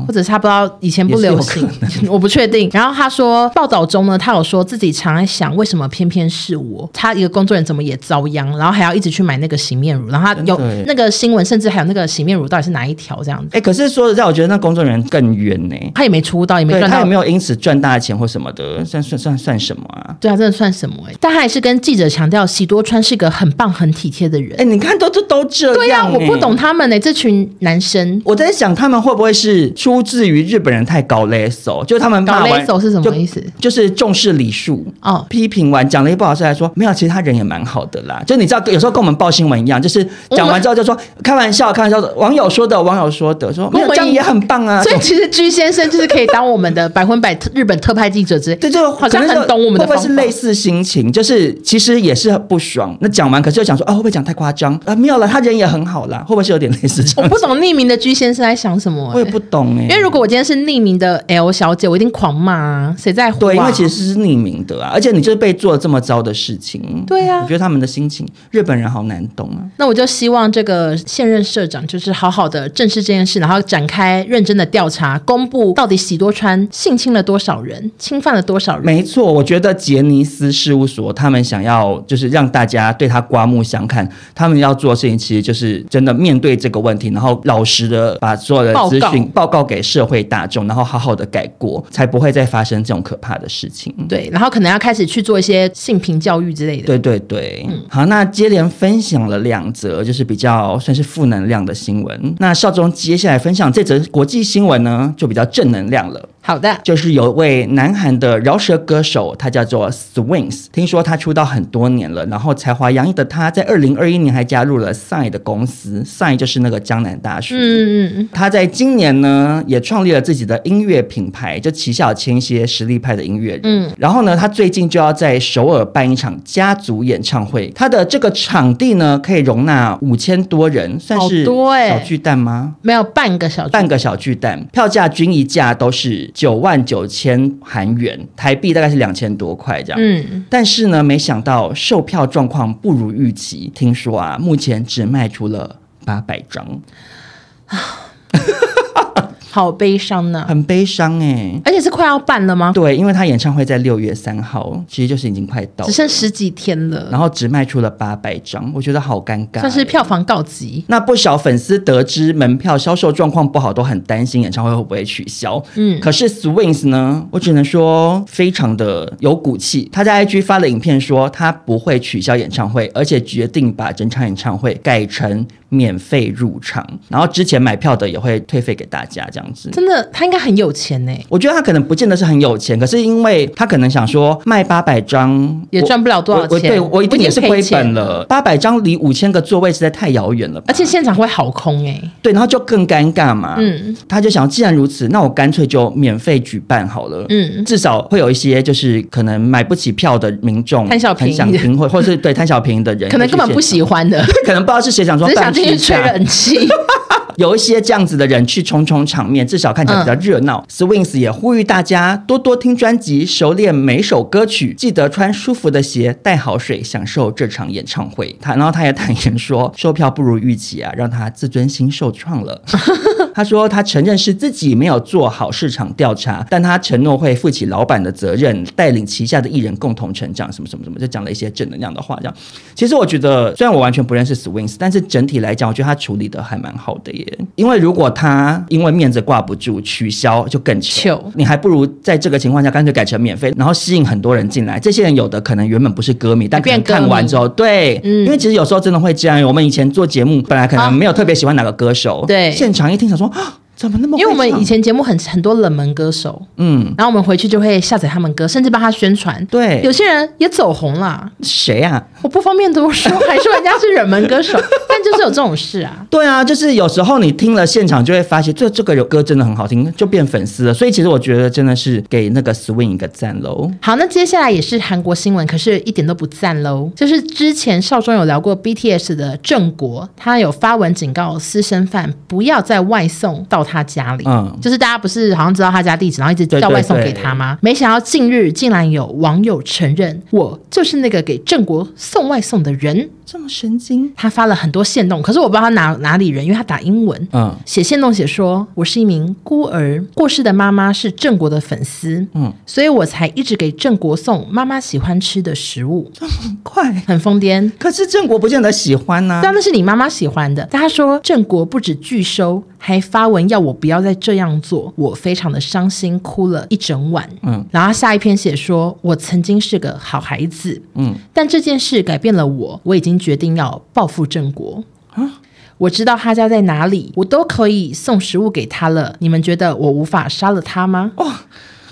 S1: 或者是他不知道以前不流行
S3: 也 是，
S1: 我不确定。然后他说，报道中呢，他有说自己常在想，为什么偏偏是我？他一个工作人员怎么也遭殃，然后还要一直去买那个洗面乳，然后他有
S3: 真的耶
S1: 那个新闻，甚至还有那个洗面乳到底是哪一条这样子，
S3: 哎、可是说实在，我觉得那工作人员更冤呢、
S1: 他也没出道，也没
S3: 对
S1: 赚
S3: 他
S1: 到
S3: 也。没有因此赚大钱或什么的，算算算算什么啊？
S1: 对啊，真的算什么哎、但他还是跟记者强调，喜多川是个很棒、很体贴的人。
S3: 哎、你看都都都这样、
S1: 对呀、
S3: 呀、
S1: 我不懂。他们呢、欸这群男生
S3: 我在想，他们会不会是出自于日本人太搞勒手？就他们
S1: 搞
S3: 骂完
S1: 勒手是什
S3: 啊就
S1: 么意思？
S3: 就是重视礼数
S1: 哦
S3: 批评完讲了一不好事，还说没有，其实他人也蛮好的啦。就你知道，有时候跟我们报新闻一样，就是
S1: 嗯
S3: 讲完之后就说开玩笑，开玩笑，网友说的，网友说的，说没有
S1: 我们
S3: 这样
S1: 一
S3: 也很棒啊。
S1: 所以其实居先生就是可以当我们的百分百特日本特派记者之类，
S3: 对，就
S1: 好像
S3: 可能就
S1: 很懂我们的
S3: 会不
S1: 方法。
S3: 会是类似心情？就是其实也是很不爽。那讲完，可是又想说啊，会不会讲太夸张啊？没有了，他人也很好啦，会不会是有点类似这
S1: 我
S3: 样？
S1: 不懂匿名的居先生在想什么、
S3: 我也
S1: 欸
S3: 不懂哎、
S1: 因为如果我今天是匿名的 L 小姐，我一定狂骂啊！谁在乎、啊？
S3: 对，因为其实是匿名的啊，而且你就是被做了这么糟的事情，
S1: 对啊
S3: 我觉得他们的心情，日本人好难懂啊。
S1: 那我就希望这个现任社长就是好好的正视这件事，然后展开认真的调查，公布到底喜多川性侵了多少人，侵犯了多少人。
S3: 没错，我觉得杰尼斯事务所他们想要就是让大家对他刮目相看，他们要做的事情其实就是真的面对这个问题，然后老实的把所有的资讯报告给社会大众，然后好好的改过，才不会再发生这种可怕的事情。
S1: 对，然后可能要开始去做一些性平教育之类的。
S3: 对嗯对对，好，那接连分享了两则就是比较算是负能量的新闻，那少中接下来分享这则国际新闻呢，就比较正能量了。
S1: 好的，
S3: 就是有位南韩的饶舌歌手，他叫做 Swings，听说他出道很多年了，然后才华洋溢的他在二零二一年还加入了 Sign 的公司，Sign 就是那个江南大学。
S1: 嗯嗯嗯，
S3: 他在今年呢，也创立了自己的音乐品牌，就旗下有签一些实力派的音乐人。
S1: 嗯
S3: 然后呢，他最近就要在首尔办一场家族演唱会，他的这个场地呢，可以容纳五千多人，算
S1: 好
S3: 是
S1: 多欸
S3: 小巨蛋吗？
S1: 没有半个小时。
S3: 半个小巨蛋，票价均一价都是九万九千韩元，台币大概是两千多块这样。
S1: 嗯，
S3: 但是呢，没想到售票状况不如预期，听说啊，目前只卖出了八百张，
S1: 好悲伤呢、
S3: 很悲伤哎、
S1: 而且是快要办了吗？
S3: 对，因为他演唱会在六月三号，其实就是已经快到了
S1: 只，剩十几天了，
S3: 然后只卖出了八百张，我觉得好尴尬、
S1: 算是票房告急。
S3: 那不少粉丝得知门票销售状况不好，都很担心演唱会会不会取消。
S1: 嗯
S3: 嗯，可是 Swings 呢，我只能说非常的有骨气。他在 IG 发了影片说，他不会取消演唱会，而且决定把整场演唱会改成免费入场，然后之前买票的也会退费给大家这样子。
S1: 真的，他应该很有钱呢、
S3: 我觉得他可能不见得是很有钱，可是因为他可能想说卖八百张
S1: 也
S3: 我
S1: 赚不了多少
S3: 我我
S1: 钱
S3: 对我一定也是
S1: 我已经
S3: 亏
S1: 赔钱
S3: 本了。八百张离五千个座位实在太遥远了吧，
S1: 而且现场会好空哎、
S3: 对，然后就更尴尬嘛。
S1: 嗯
S3: 他就想，既然如此，那我干脆就免费举办好了。
S1: 嗯，
S3: 至少会有一些就是可能买不起票的民众，
S1: 贪小便宜
S3: 很想 听，或或是对贪小便宜的人，
S1: 可能根本不
S3: 行，
S1: 喜欢的，
S3: 可能不知道是谁想说
S1: 只是
S3: 办
S1: 想进去
S3: 一
S1: 吹
S3: 下
S1: 人 气。
S3: 有一些这样子的人去冲冲场面，至少看起来比较热闹。Swings
S1: 嗯
S3: 也呼吁大家多多听专辑，熟练每首歌曲，记得穿舒服的鞋，带好水，享受这场演唱会。他，然后他也坦言说，售票不如预期啊，让他自尊心受创了。 他说他承认是自己没有做好市场调查，但他承诺会负起老板的责任，带领旗下的艺人共同成长，什么什么什么，就讲了一些正能量的话。这样，其实我觉得，虽然我完全不认识 Swings，但是整体来讲，我觉得他处理的还蛮好的耶。因为如果他因为面子挂不住取消，就更糗
S1: 糗。
S3: 你还不如在这个情况下干脆改成免费，然后吸引很多人进来。这些人有的可能原本不是歌迷，但可能
S1: 变歌迷
S3: 看完之后，哦对，
S1: 嗯
S3: 因为其实有时候真的会这样。我们以前做节目，本来可
S1: 啊
S3: 能没有特别喜欢哪个歌手，
S1: 对
S3: 现场一听想说，啊怎么那么会唱？
S1: 因为我们以前节目很很多冷门歌手，
S3: 嗯，
S1: 然后我们回去就会下载他们歌，甚至帮他宣传。
S3: 对
S1: 有些人也走红啦，
S3: 谁啊？
S1: 我不方便多说，还说人家是冷门歌 手，但就是有这种事啊。
S3: 对啊，就是有时候你听了现场就会发现，这这个歌真的很好听，就变粉丝了。所以其实我觉得真的是给那个 Swing 一个赞喽。
S1: 好，那接下来也是韩国新闻，可是一点都不赞喽。就是之前少中有聊过 BTS 的郑国，他有发文警告私生饭不要再外送到他家里。
S3: 嗯
S1: 就是大家不是好像知道他家地址，然后一直
S3: 对
S1: 叫
S3: 对
S1: 外送
S3: 对
S1: 给他吗？没想到近日竟然有网友承认，我就是那个给郑国送外送的人。
S3: 这么神经，
S1: 他发了很多线动，可是我不知道他哪哪里人，因为他打英文。
S3: 嗯
S1: 写线动写说，我是一名孤儿，过世的妈妈是郑国的粉丝，
S3: 嗯，
S1: 所以我才一直给郑国送妈妈喜欢吃的食物，
S3: 很快。
S1: 很疯癫。
S3: 可是郑国不见得喜欢啊呐、
S1: 当然那是你妈妈喜欢的，但他说郑国不止拒收，还发文要我不要再这样做，我非常的伤心，哭了一整晚。
S3: 嗯，
S1: 然后他下一篇写说，我曾经是个好孩子，
S3: 嗯，
S1: 但这件事改变了我，我已经决定要报复郑国。
S3: 啊
S1: 我知道他家在哪里，我都可以送食物给他了。你们觉得我无法杀了他吗？
S3: 哦
S1: 哇、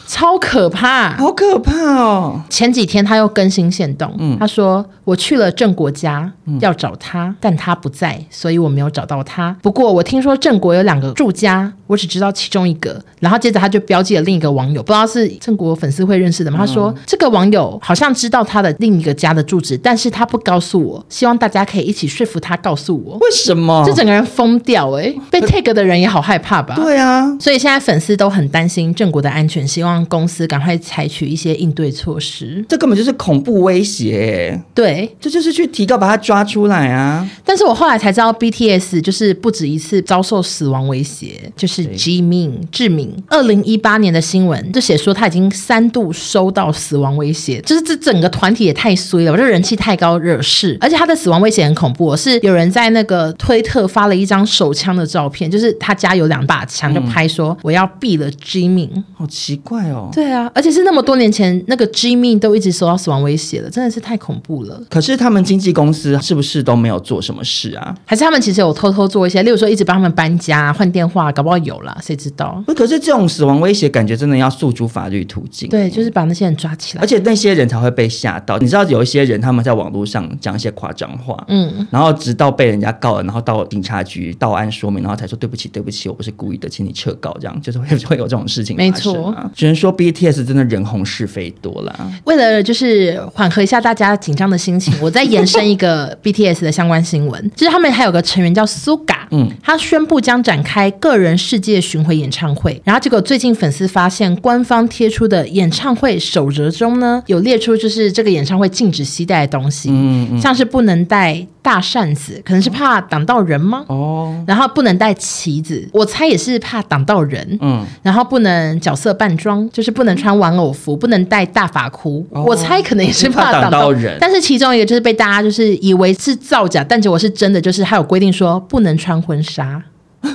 S1: 超可怕！
S3: 好可怕哦！
S1: 前几天他又更新线动，他说我去了郑国家、要找他，但他不在，所以我没有找到他。不过我听说郑国有两个住家，我只知道其中一个。然后接着他就标记了另一个网友，不知道是郑国粉丝会认识的吗？他说这个网友好像知道他的另一个家的住址，但是他不告诉我，希望大家可以一起说服他告诉我。
S3: 为什么
S1: 这？整个人疯掉哎、被 tag 的人也好害怕吧？
S3: 对啊，
S1: 所以现在粉丝都很担心郑国的安全，希望公司赶快采取一些应对措施。
S3: 这根本就是恐怖威胁耶，
S1: 对，
S3: 这就是去提告把他抓出来啊！
S1: 但是我后来才知道，BTS 就是不止一次遭受死亡威胁，就是
S3: 对
S1: Jimin 志敏。二零一八年的新闻就写说他已经三度收到死亡威胁，就是这整个团体也太衰了吧，这人气太高惹事，而且他的死亡威胁很恐怖、哦，是有人在那个推特发了一张手枪的照片，就是他家有两把枪，就拍说我要毙了 Jimin。
S3: 好奇怪哦。
S1: 对啊，而且是那么多年前，那个 Jimmy 都一直受到死亡威胁了，真的是太恐怖了。
S3: 可是他们经纪公司是不是都没有做什么事啊？
S1: 还是他们其实有偷偷做一些，例如说一直帮他们搬家、换电话，搞不好有啦，谁知道？
S3: 不可是这种死亡威胁，感觉真的要诉诸法律途径。
S1: 对，就是把那些人抓起来
S3: 而。且那些人才会被吓到。你知道有一些人他们在网络上讲一些夸张话，
S1: 嗯，
S3: 然后直到被人家告了，然后到警察局到案说明，然后才说对不起，对不起，我不是故意的，请你撤告，这样就是会会有这种事情发生啊。只能说 BTS 真的人红是非多啦。
S1: 为了就是缓和一下大家紧张的心情，我再延伸一 个 BTS 的相关新闻，就是他们还有个成员叫苏嘎，嗯，他宣布将展开个人世界巡回演唱会，然后结果最近粉丝发现官方贴出的演唱会守则中呢，有列出就是这个演唱会禁止携带的东西，
S3: 嗯嗯
S1: 像是不能带大扇子，可能是怕挡到人吗？
S3: 哦，
S1: 然后不能带旗子，我猜也是怕挡到人。
S3: 嗯，
S1: 然后不能角色扮装，就是不能穿玩偶服，不能戴大发箍。
S3: 哦
S1: 我猜可能也是怕
S3: 是怕
S1: 挡
S3: 挡
S1: 到
S3: 到人
S1: 但是其中一个就是被大家就是以为是造假，但结果是真的，就是还有规定说不能穿婚纱。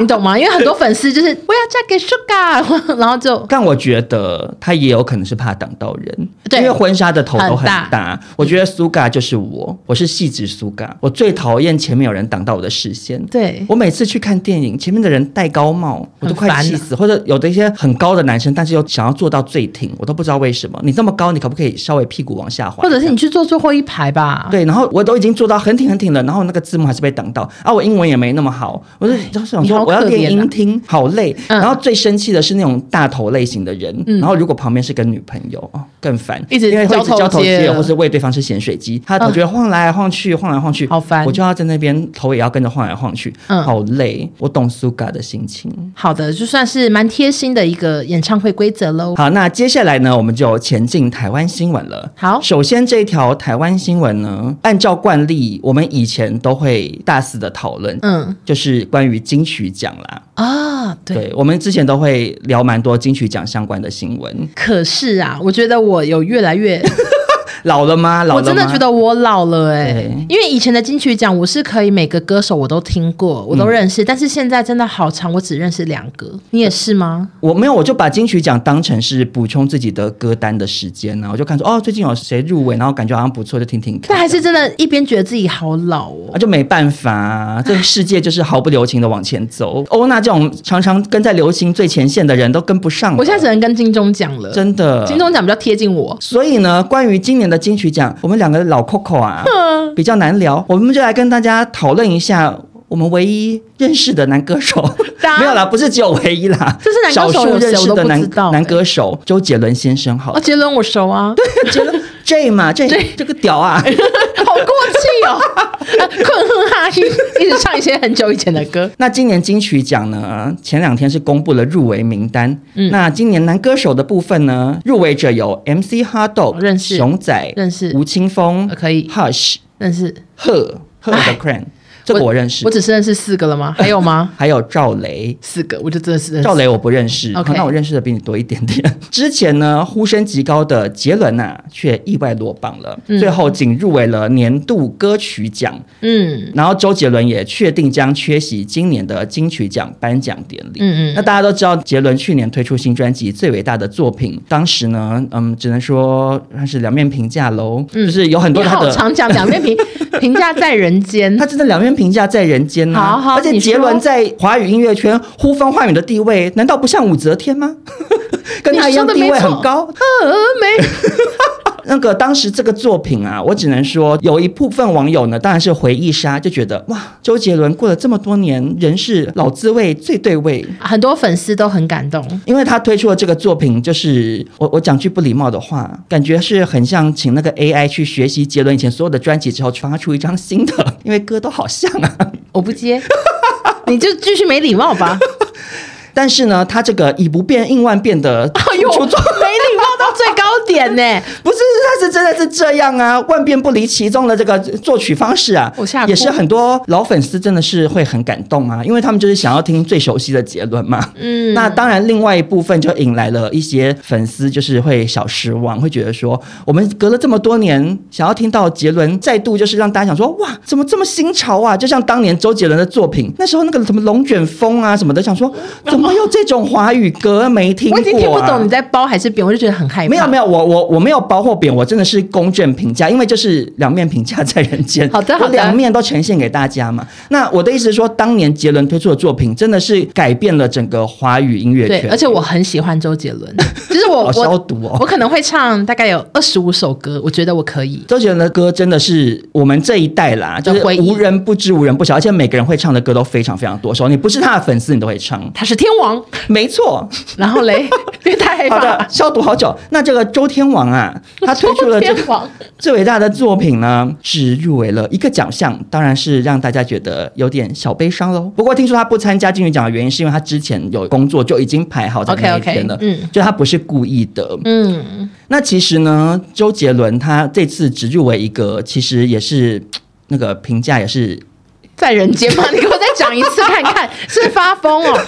S1: 你懂吗？因为很多粉丝就是我要嫁给 Sugar，然后 就
S3: 但我觉得他也有可能是怕挡到人，
S1: 对
S3: 因为婚纱的头都
S1: 很
S3: 很
S1: 大
S3: 大。我觉得苏嘎就是我，我是细致苏嘎，我最讨厌前面有人挡到我的视线。
S1: 对
S3: 我每次去看电影，前面的人戴高帽，我都
S1: 很
S3: 快
S1: 烦
S3: 气死。或者有的一些很高的男生，但是又想要做到最挺，我都不知道为什么。你这么高，你可不可以稍微屁股往下滑？
S1: 或者是你去坐最后一排吧。
S3: 对，然后我都已经做到很挺很挺了，然后那个字幕还是被挡到啊！我英文也没那么好，我就就想
S1: 你好
S3: 说我要
S1: 可
S3: 练
S1: 怜啊
S3: 音听，好累。
S1: 嗯
S3: 然后最生气的是那种大头类型的人，然后如果旁边是个女朋友，哦，更烦，
S1: 一直
S3: 因为会一直
S1: 交
S3: 交
S1: 头
S3: 头
S1: 接耳
S3: 接耳，或是为对方是咸水鸡，他的头就会晃来晃去，晃来晃去，
S1: 好烦
S3: 我就要在那边头也要跟着晃来晃去，
S1: 嗯
S3: 好累。我懂苏嘎的心情。
S1: 好的，就算是蛮贴心的一个演唱会规则喽。
S3: 好，那接下来呢，我们就前进台湾新闻了。
S1: 好
S3: 首先这一条台湾新闻呢，按照惯例，我们以前都会大肆的讨论，
S1: 嗯
S3: 就是关于金曲奖啦。
S1: 啊，对。
S3: 我们之前都会聊蛮多金曲奖相关的新闻。
S1: 可是啊，我觉得我有越来越，
S3: 老了吗？老
S1: 我
S3: 了吗？
S1: 真的觉得我老了哎、
S3: 对
S1: 因为以前的金曲奖我是可以每个歌手我都听过，我都认识，但是现在真的好长，我只认识两个。你也是吗？
S3: 我没有，我就把金曲奖当成是补充自己的歌单的时间呢、我就看说，哦，最近有谁入围，然后感觉好像不错，就听听看。
S1: 但还是真的，一边觉得自己好老哦
S3: 啊，。就没办法、啊，这世界就是毫不留情的往前走。欧娜这种常常跟在流行最前线的人都跟不上了，
S1: 我现在只能跟金钟奖了，
S3: 真的
S1: 金钟奖比较贴近我。
S3: 所以呢，关于今年的金曲奖，我们两个老 Coco 啊，
S1: 嗯
S3: 比较难聊，我们就来跟大家讨论一下。我们唯一认识的男歌手
S1: 大家，
S3: 没有啦，不是只有唯一啦，
S1: 这是男歌手
S3: 少数
S1: 有谁
S3: 认识
S1: 我都
S3: 的
S1: 不
S3: 男
S1: 知道
S3: 男
S1: 欸
S3: 歌手周杰伦先生，好
S1: 哦，
S3: 了，
S1: 杰伦我熟啊，
S3: 杰伦 J 嘛，J
S1: J
S3: 这个屌啊，
S1: 哎好过气哦， 啊困哼哈一一直唱一些很久以前的歌。
S3: 那今年金曲奖呢，前两天是公布了入围名单。
S1: 嗯
S3: 那今年男歌手的部分呢，入围者有 MC Hot
S1: 我
S3: Dog、
S1: 认识
S3: 熊仔、
S1: 认识
S3: 吴青峰、
S1: 呃可以
S3: Hush、
S1: 但是
S3: 贺贺
S1: 哎
S3: 的 Cran，这个我认识。
S1: 我只是认识四个了吗？还有吗？
S3: 还有赵雷。
S1: 四个，我就真的是认识
S3: 赵雷我不认识，
S1: OK
S3: 好那我认识的比你多一点点。 之前呢，呼声极高的杰伦呐、却意外落榜了，最后仅入围了年度歌曲奖。
S1: 嗯
S3: 然后周杰伦也确定将缺席今年的金曲奖颁奖典礼。
S1: 嗯嗯
S3: 那大家都知道，杰伦去年推出新专辑《最伟大的作品》，当时呢，嗯，只能说算是两面评价喽，就是有很多
S1: 你嗯
S3: 他
S1: 好
S3: 的。
S1: 常讲两面 评评价在人间
S3: 他，真的两面评价在人间呐、
S1: 嗯
S3: 啊
S1: 好好
S3: 而且
S1: 你
S3: 杰伦
S1: 说
S3: 在华语音乐圈呼风唤雨的地位，难道不像武则天吗？ 跟他一
S1: 你说
S3: 样
S1: 得
S3: 地
S1: 没
S3: 位
S1: 错
S3: 很高，
S1: 呃，没
S3: 那个当时这个作品啊，我只能说有一部分网友呢，当然是回忆杀，就觉得哇，周杰伦过了这么多年，人是老滋味最对味。
S1: 很多粉丝都很感动。
S3: 因为他推出的这个作品，就是我我讲句不礼貌的话，感觉是很像请那个 AI 去学习杰伦以前所有的专辑之后，发出一张新的，因为歌都好像啊。
S1: 我不 接，你就继续没礼貌吧。
S3: 但是呢，他这个以不变应万变的
S1: 哎呦，没
S3: 出作
S1: 礼貌到最高点 呢。
S3: 不是，他是真的是这样啊，万变不离其宗的这个作曲方式啊
S1: 我吓，哭
S3: 也是很多老粉丝真的是会很感动啊，因为他们就是想要听最熟悉的杰伦嘛。
S1: 嗯，
S3: 那当然，另外一部分就引来了一些粉丝，就是会小失望，会觉得说，我们隔了这么多年，想要听到杰伦再度，就是让大家想说，哇，怎么这么新潮啊？就像当年周杰伦的作品，那时候那个什么龙卷风啊什么的，想说怎么有这种华语歌没听过、
S1: 我
S3: 啊？
S1: 已经听不懂你在包还是扁，我就觉得很害怕。
S3: 哎没有没有，我我我没有褒或贬，我真的是公正评价，因为就是两面评价在人间。
S1: 好的好的
S3: 我两面都呈现给大家嘛。那我的意思是说，当年杰伦推出的作品，真的是改变了整个华语音乐
S1: 对，
S3: 圈。
S1: 而且我很喜欢周杰 伦，就是我
S3: 好消
S1: 我
S3: 毒哦
S1: 我可能会唱大概有二十五首歌，我觉得我可以。
S3: 周杰伦的歌真的是我们这一代啦，
S1: 的
S3: 就是
S1: 回忆
S3: 无人不知、无人不晓，而且每个人会唱的歌都非常非常多首。你不是他的粉丝，你都会唱。
S1: 他是天王，
S3: 没错，
S1: 然后嘞， 因为太害
S3: 好
S1: 怕
S3: 的
S1: 了，。
S3: 消毒好久。那这个周天王啊，他推出了这个
S1: 天王，
S3: 最伟大的作品呢，只入围了一个奖项，当然是让大家觉得有点小悲伤喽。不过听说他不参加金曲奖的原因，是因为他之前有工作就已经排好在那一
S1: OK，OK，
S3: 天了
S1: 嗯
S3: 就他不是故意的。
S1: 嗯，
S3: 那其实呢，周杰伦他这次只入围一个，其实也是那个评价也是
S1: 在人间吗？你给我再讲一次看看，是发疯 哦？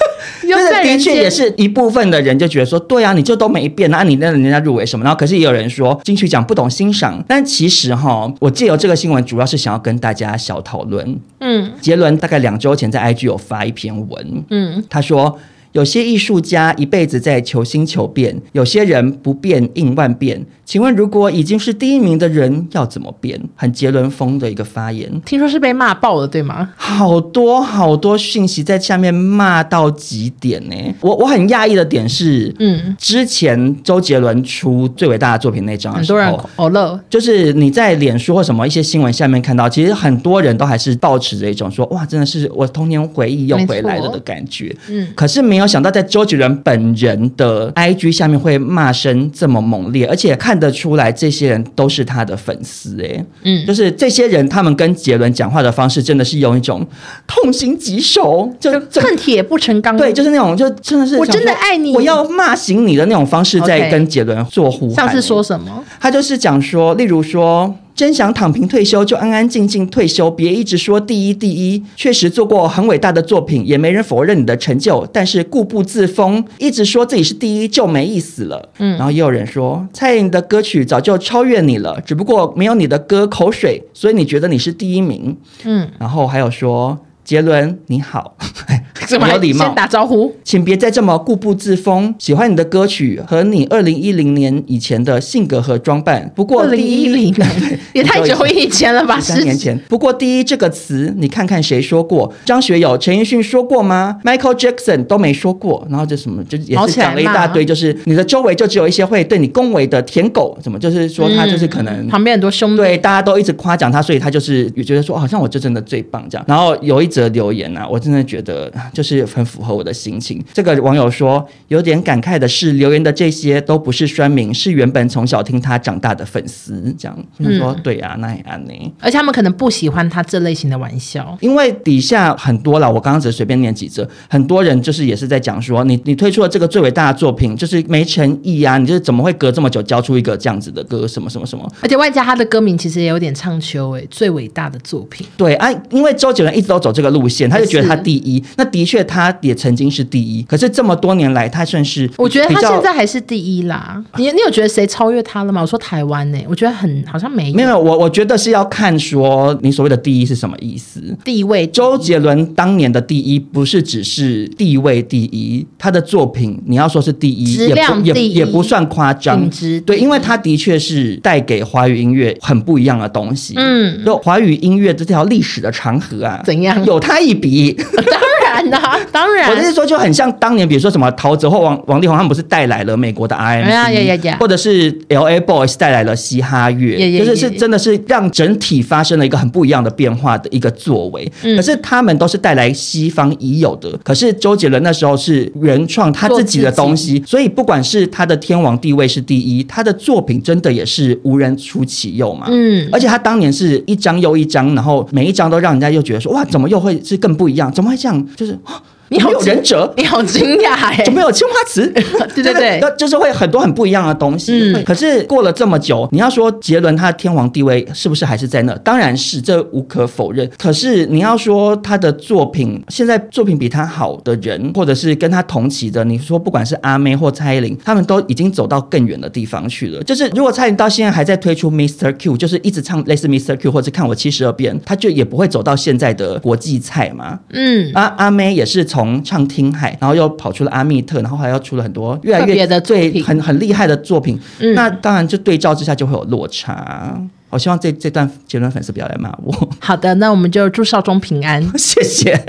S1: 又
S3: 但
S1: 在
S3: 是的
S1: 人
S3: 确也
S1: 间，
S3: 是一部分的人就觉得说，对啊，你就都没变，那、你那人家入围什么？然后可是也有人说金曲奖不懂欣赏，但其实哈，我借由这个新闻主要是想要跟大家小讨论。
S1: 嗯
S3: 杰伦大概两周前在 IG 有发一篇文，
S1: 嗯，
S3: 他说。有些艺术家一辈子在求新求变，有些人不变应万变。请问，如果已经是第一名的人，要怎么变？很杰伦风的一个发言。
S1: 听说是被骂爆了，对吗？
S3: 好多好多讯息在下面骂到极点呢、我我很讶异的点是，
S1: 嗯，
S3: 之前周杰伦出最伟大的作品那张的
S1: 很
S3: 时
S1: 多人
S3: 候。
S1: 哦乐，
S3: 就是你在脸书或什么一些新闻下面看到，其实很多人都还是抱持着一种说，哇，真的是我童年回忆又回来
S1: 没
S3: 了
S1: 错
S3: 的感觉。
S1: 嗯，
S3: 可是没有想到，在周杰伦本人的 IG 下面会骂声这么猛烈，而且看得出来，这些人都是他的粉丝、欸。
S1: 嗯
S3: 就是这些人，他们跟杰伦讲话的方式，真的是有一种痛心疾首，就
S1: 就
S3: 这。
S1: 恨铁不成钢，
S3: 对，就是那种，就真的是
S1: 我
S3: 想说
S1: 真的爱你
S3: 我要骂醒你的那种方式，在
S1: OK
S3: 跟杰伦做呼喊。欸
S1: 上次说什么？
S3: 他就是讲说，例如说，真想躺平退休，就安安静静退休，别一直说第一第一。确实做过很伟大的作品，也没人否认你的成就，但是固步自封，一直说自己是第一就没意思了。嗯，然后也有人说，蔡依林的歌曲早就超越你了，只不过没有你的歌口水，所以你觉得你是第一名。
S1: 嗯，
S3: 然后还有说，杰伦你好，
S1: 怎么
S3: 有礼貌
S1: 先打招呼？
S3: 请别再这么固步自封。喜欢你的歌曲和你二零一零年以前的性格和装扮，不过
S1: 二零
S3: 第一
S1: 一 零 年也太久以前了吧？
S3: 三
S1: 是
S3: 年前。不过“第一”这个词，你看看谁说过？张学友、陈奕迅说过吗？Michael Jackson 都没说过。然后就什么，就也
S1: 毛
S3: 是
S1: 起来
S3: 讲了一大堆，就是你的周围就只有一些会对你恭维的舔狗，什么就是说
S1: 嗯
S3: 他就是可能。
S1: 旁边很多兄弟，
S3: 对，大家都一直夸奖他，所以他就是也觉得说，哦好像我就真的最棒这样。然后有一则留言啊，我真的觉得啊就是很符合我的心情。这个网友说，有点感慨的是，留言的这些都不是酸民，是原本从小听他长大的粉丝这样。我想说，对啊，那也安呢。
S1: 而且他们可能不喜欢他这类型的玩笑。
S3: 因为底下很多啦，我刚刚只是随便念几则，很多人就是也是在讲说，你你推出了这个最伟大的作品，就是没诚意啊，你就是怎么会隔这么久交出一个这样子的歌，什么什么什么？
S1: 而且外加他的歌名其实也有点唱秋诶、最伟大的作品。
S3: 对啊，因为周杰伦一直都走这个路线，他就觉得他
S1: 是
S3: 第一，那的确他也曾经是第一，可是这么多年来，他算是
S1: 我觉得
S3: 比
S1: 他
S3: 较
S1: 现在还是第一啦。你你有觉得谁超越他了吗？我说台湾呢、我觉得很好像没有
S3: 没有我，我觉得是要看说你所谓的第一是什么意思。
S1: 地位。
S3: 周杰伦当年的第一，不是只是地位第一，他的作品你要说是第一，
S1: 质量
S3: 也不
S1: 第
S3: 也
S1: 一嗯
S3: 也不算夸张
S1: 品质，
S3: 对，因为他的确是带给华语音乐很不一样的东西。
S1: 嗯，
S3: 就华语音乐这条历史的长河啊，
S1: 怎样
S3: 有他一比。
S1: 当然 啦、当
S3: 我的意
S1: 然
S3: 思说，就很像当年，比如说什么陶喆或王王力宏，他们不是带来了美国的 RMB，、
S1: 哎呀呀呀呀
S3: 或者是 LA Boys 带来了嘻哈乐
S1: Yeah, yeah,
S3: 就是
S1: yeah,
S3: 是
S1: yeah.
S3: 真的是让整体发生了一个很不一样的变化的一个作为。
S1: 嗯
S3: 可是他们都是带来西方已有的，可是周杰伦那时候是原创他自己的东西，所以不管是他的天王地位是第一，他的作品真的也是无人出其右嘛。
S1: 嗯
S3: 而且他当年是一张又一张，然后每一张都让人家又觉得说哇，怎么又会是更不一样？怎么会这样？就是啊
S1: 你好
S3: 怎么有人者，
S1: 你好惊讶哎、
S3: 怎么有青花瓷？
S1: 对对对
S3: 就是 就是会很多很不一样的东西。
S1: 嗯
S3: 可是过了这么久，你要说杰伦他的天王地位是不是还是在那？当然是，这无可否认。可是你要说他的作品，现在作品比他好的人，或者是跟他同期的，你说不管是阿妹或蔡依林，他们都已经走到更远的地方去了。就是如果蔡依林到现在还在推出 Mr. Q，就是一直唱类似 Mr. Q 或者看我七十二变，他就也不会走到现在的国际菜嘛。
S1: 嗯，
S3: 阿阿妹也是从唱《听海》，然后又跑出了阿密特，然后还要出了很多越来
S1: 特别
S3: 越
S1: 的作品
S3: 最很很厉害的作品。
S1: 嗯
S3: 那当然，就对照之下就会有落差。我希望这这段杰伦粉丝不要来骂我，
S1: 好的，那我们就祝少中平安。
S3: 谢谢。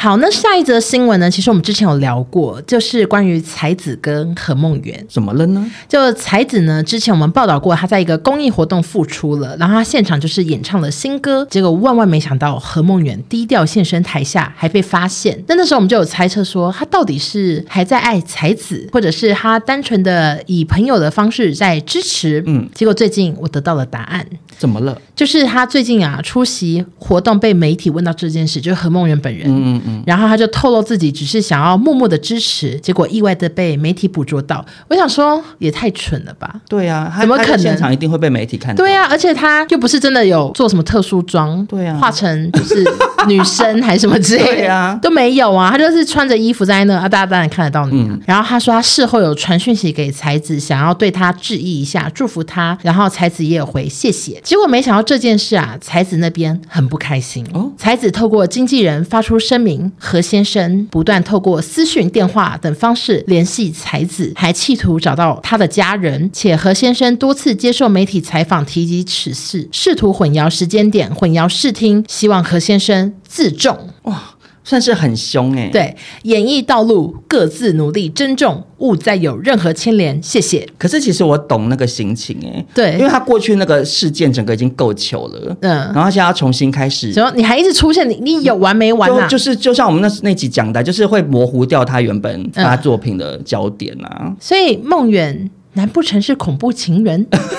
S1: 好，那下一则新闻呢？其实我们之前有聊过，就是关于才子跟何梦圆。
S3: 怎么了呢？
S1: 就才子呢，之前我们报道过，他在一个公益活动复出了，然后他现场就是演唱了新歌，结果万万没想到何梦远低调现身台下，还被发现。那那时候我们就有猜测说，他到底是还在爱才子，或者是他单纯的以朋友的方式在支持。嗯，结果最近我得到了答案，
S3: 怎么了？
S1: 就是他最近啊出席活动被媒体问到这件事，就是何梦圆本人，
S3: 嗯嗯，
S1: 然后他就透露自己只是想要默默的支持，结果意外的被媒体捕捉到。我想说，也太蠢了吧？
S3: 对呀、他
S1: 怎么可能
S3: 他在现场一定会被媒体看到？
S1: 对啊，而且他又不是真的有做什么特殊妆，
S3: 对啊
S1: 化成就是女生还是什么之类的，
S3: 对啊
S1: 都没有啊，他就是穿着衣服在那，啊，大家当然看得到你、
S3: 嗯
S1: 啊。然后他说他事后有传讯息给才子，想要对他致意一下，祝福他，然后才子也有回谢谢。结果没想到这件事啊，才子那边很不开心。
S3: 哦
S1: 才子透过经纪人发出声明，何先生不断透过私讯、电话等方式联系才子，还企图找到他的家人，且何先生多次接受媒体采访提及此事，试图混淆时间点、混淆视听，希望何先生自重。
S3: 算是很凶哎、，
S1: 对，演艺道路各自努力，珍重，勿再有任何牵连。谢谢。
S3: 可是其实我懂那个心情哎、
S1: 对
S3: 因为他过去那个事件整个已经够糗了，然
S1: 嗯，
S3: 后他现在要重新开始，
S1: 什么？你还一直出现，你你有完没完
S3: 就
S1: 啊？
S3: 就是就像我们那那集讲的，就是会模糊掉他原本
S1: 嗯
S3: 发作品的焦点啊。
S1: 所以梦远，难不成是恐怖情人？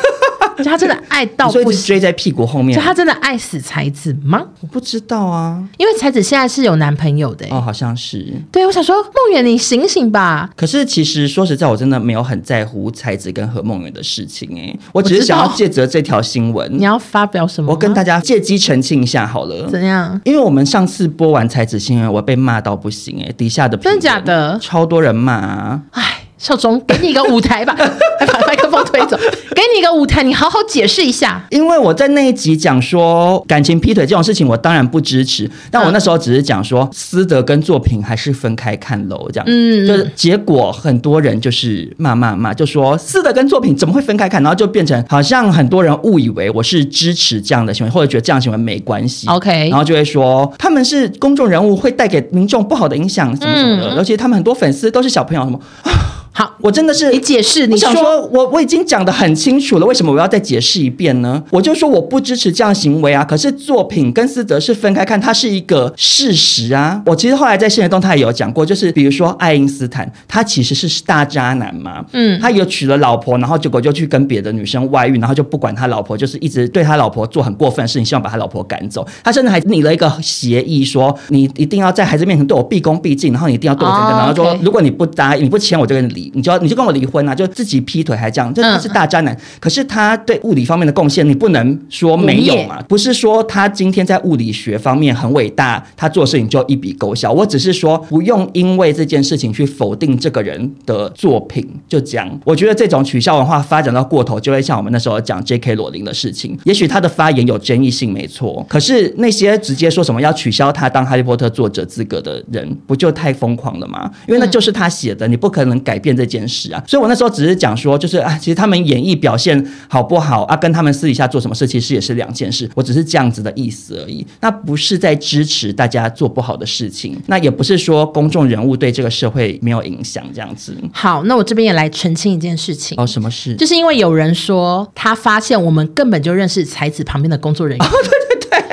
S1: 就他真的爱到
S3: 所以
S1: 不
S3: 一直
S1: 行，
S3: 追在屁股后面
S1: 就，他真的爱死才子吗？
S3: 我不知道啊。
S1: 因为才子现在是有男朋友的、欸。
S3: 哦，好像是。
S1: 对，我想说，梦远，你醒醒吧。
S3: 可是其实说实在，我真的没有很在乎才子跟何梦圆的事情哎、我只是想要借着这条新
S1: 你
S3: 闻，
S1: 要发表什么吗？
S3: 嗯我跟大家借机澄清一下好了。
S1: 怎样？
S3: 因为我们上次播完才子新闻，我被骂到不行哎、底下的评论
S1: 真的假的
S3: 超多人骂啊。
S1: 哎，少中，给你一个舞台 吧，还把麦克风推走，给你一个舞台，你好好解释一下。
S3: 因为我在那一集讲说感情劈腿这种事情，我当然不支持，但我那时候只是讲说私德跟作品还是分开看喽，这样。
S1: 嗯
S3: 就是结果很多人就是骂骂骂，就说私德跟作品怎么会分开看，然后就变成好像很多人误以为我是支持这样的行为，或者觉得这样行为没关系。
S1: OK
S3: 然后就会说他们是公众人物，会带给民众不好的影响，什么什么的，而且他们很多粉丝都是小朋友，什么，
S1: 嗯好，
S3: 我真的是
S1: 你解释，
S3: 我
S1: 你
S3: 想
S1: 说
S3: 说，我我已经讲得很清楚了，为什么我要再解释一遍呢？我就说我不支持这样行为啊。可是作品跟私德是分开看，它是一个事实啊。我其实后来在现实动态也有讲过，就是比如说爱因斯坦，他其实是大渣男嘛，
S1: 嗯
S3: 他有娶了老婆，然后结果就去跟别的女生外遇，然后就不管他老婆，就是一直对他老婆做很过分的事情，希望把他老婆赶走。他甚至还拟了一个协议说，你一定要在孩子面前对我毕恭毕敬，然后你一定要对我怎样，
S1: 哦
S3: 然后说
S1: OK
S3: 如果你不答应，你不签，我就跟你离，你就要你就跟我离婚啊，就自己劈腿还这样，这
S1: 嗯
S3: 他是大渣男。可是他对物理方面的贡献，你不能说没有嘛？不是说他今天在物理学方面很伟大，他做事情就一笔勾销。我只是说不用因为这件事情去否定这个人的作品，就这样。我觉得这种取消文化发展到过头，就会像我们那时候讲 J.K. 罗琳的事情。也许他的发言有争议性，没错。可是那些直接说什么要取消他当哈利波特作者资格的人，不就太疯狂了吗？因为那就是他写的，你不可能改变这件事啊。所以我那时候只是讲说，就是啊，其实他们演绎表现好不好啊，跟他们私底下做什么事，其实也是两件事。我只是这样子的意思而已。那不是在支持大家做不好的事情，那也不是说公众人物对这个社会没有影响这样子。
S1: 好，那我这边也来澄清一件事情。
S3: 哦，什么事？
S1: 就是因为有人说他发现我们根本就认识才子旁边的工作人 员。哦对对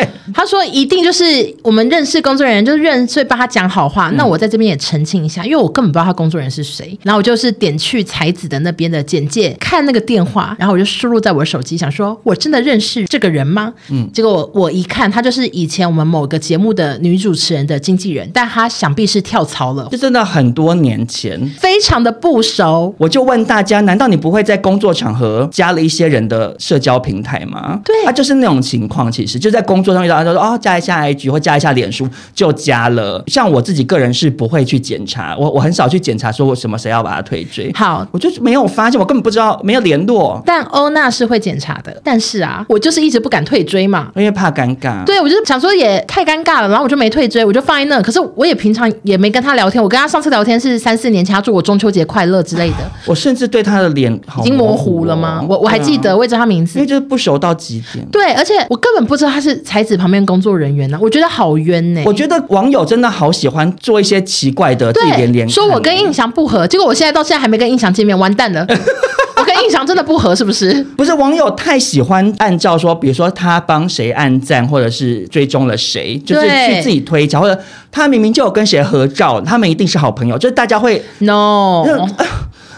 S1: 对，他说一定就是我们认识工作人员，就是认所以帮他讲好话。那我在这边也澄清一下，因为我根本不知道他工作人员是谁。然后我就是点去才子的那边的简介，看那个电话，然后我就输入在我的手机，想说我真的认识这个人吗？嗯，结果我我一看，他就是以前我们某个节目的女主持人的经纪人，但他想必是跳槽了，
S3: 这真的很多年前。
S1: 非常的不熟。
S3: 我就问大家，难道你不会在工作场合加了一些人的社交平台吗？
S1: 对
S3: 啊，就是那种情况，其实就在工作上遇到，他就说哦，加一下 IG 或加一下脸书就加了。像我自己个人是不会去检查，我我很少去检查说我什么谁要把他推追，
S1: 好，
S3: 我就是没有发现，我根本不知道，没有联络，
S1: 但欧娜是会检查的，但是啊，我就是一直不敢退追嘛。
S3: 因为怕尴尬。
S1: 对，我就是想说也太尴尬了，然后我就没退追，我就放在那。可是我也平常也没跟他聊天，我跟他上次聊天是三四年前，他祝我中秋节快乐之类的，
S3: 我甚至对他的脸好
S1: 已经模
S3: 糊
S1: 糊
S3: 哦
S1: 了吗？我我还记，
S3: 对啊
S1: 得，我也知道他名
S3: 因
S1: 字
S3: 为。就是不熟到极点。
S1: 对，而且我根本不知道他是才子旁边工作人员呢、啊我觉得好冤呢、
S3: 我觉得网友真的好喜欢做一些奇怪的自己连
S1: 对，
S3: 连看，
S1: 说我跟印象不合，结果我现在到现在还没跟印象见面，完蛋 了，我跟印象真的不合，是不是？
S3: 不是网友太喜欢按照说，比如说他帮谁按赞，或者是追踪了谁，就是
S1: 对
S3: 去自己推敲，或者 他明明就有跟谁合照，他们一定是好朋友，就是大家会。
S1: No，
S3: 就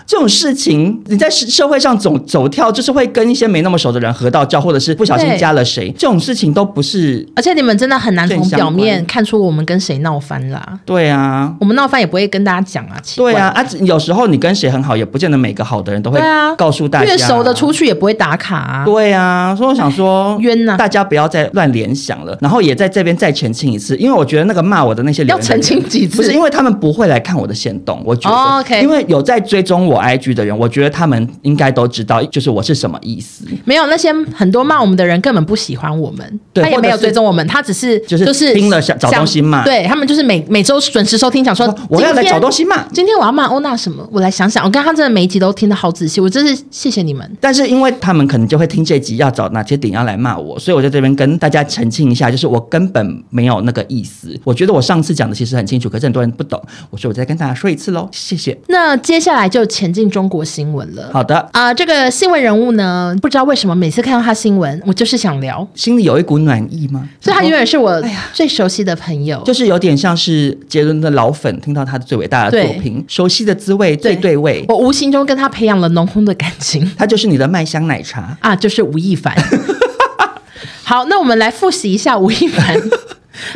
S3: 这种事情，你在社社会上走走跳，就是会跟一些没那么熟的人合到照，或者是不小心
S1: 对
S3: 加了谁，这种事情都不是。
S1: 而且你们真的很难
S3: 正
S1: 从
S3: 相
S1: 表面
S3: 关
S1: 看出我们跟谁闹翻啦。
S3: 对啊，
S1: 我们闹翻也不会跟大家讲啊，奇怪
S3: 对啊，，啊，有时候你跟谁很好，也不见得每个好的人都会
S1: 对啊
S3: 告诉大家。
S1: 越熟的出去也不会打卡、啊。哎
S3: 对啊，所以我想说，
S1: 冤呐
S3: 大家不要再乱联想了。然后也在这边再澄清一次，因为我觉得那个骂我的那些留言
S1: 要澄清几次
S3: 不是因为他们不会来看我的线动，我觉得、
S1: 哦，OK
S3: 因为有在追踪我 IG 的人，我觉得他们应该都知道，就是我是什么意思。
S1: 没有那些很多骂我们的人根本不喜欢我们，
S3: 对
S1: 他也没有
S3: 或者是
S1: 追踪我们，他只是
S3: 就是
S1: 就是
S3: 听了想找东西骂
S1: 对他们就是每每周准时收听，想说
S3: 我要来
S1: 今天
S3: 找东西骂
S1: 今天我要骂欧娜什么？我来想想，我刚刚真的每一集都听得好仔细，我真是谢谢你们。
S3: 但是因为他们可能就会听这集，要找哪些点要来骂我，所以我在这边跟大家澄清一下，就是我根本没有那个意思。我觉得我上次讲的其实很清楚，可是很多人不懂，我说我再跟大家说一次喽，谢谢。
S1: 那接下来就前进中国新闻了。
S3: 好的，
S1: 啊、这个新闻人物呢，不知道为什么每次看到他新闻，我就是想聊，
S3: 心里有一股暖意吗？
S1: 所以他永远是我
S3: 哎
S1: 最熟悉的朋友。
S3: 就是有点像是杰伦的老粉，听到他的最伟大的作品，熟悉的滋味最对味，
S1: 我无形中跟他培养了浓厚的感情。
S3: 它就是你的麦香奶茶。
S1: 啊，就是吴亦凡。 好，那我们来复习一下吴亦凡。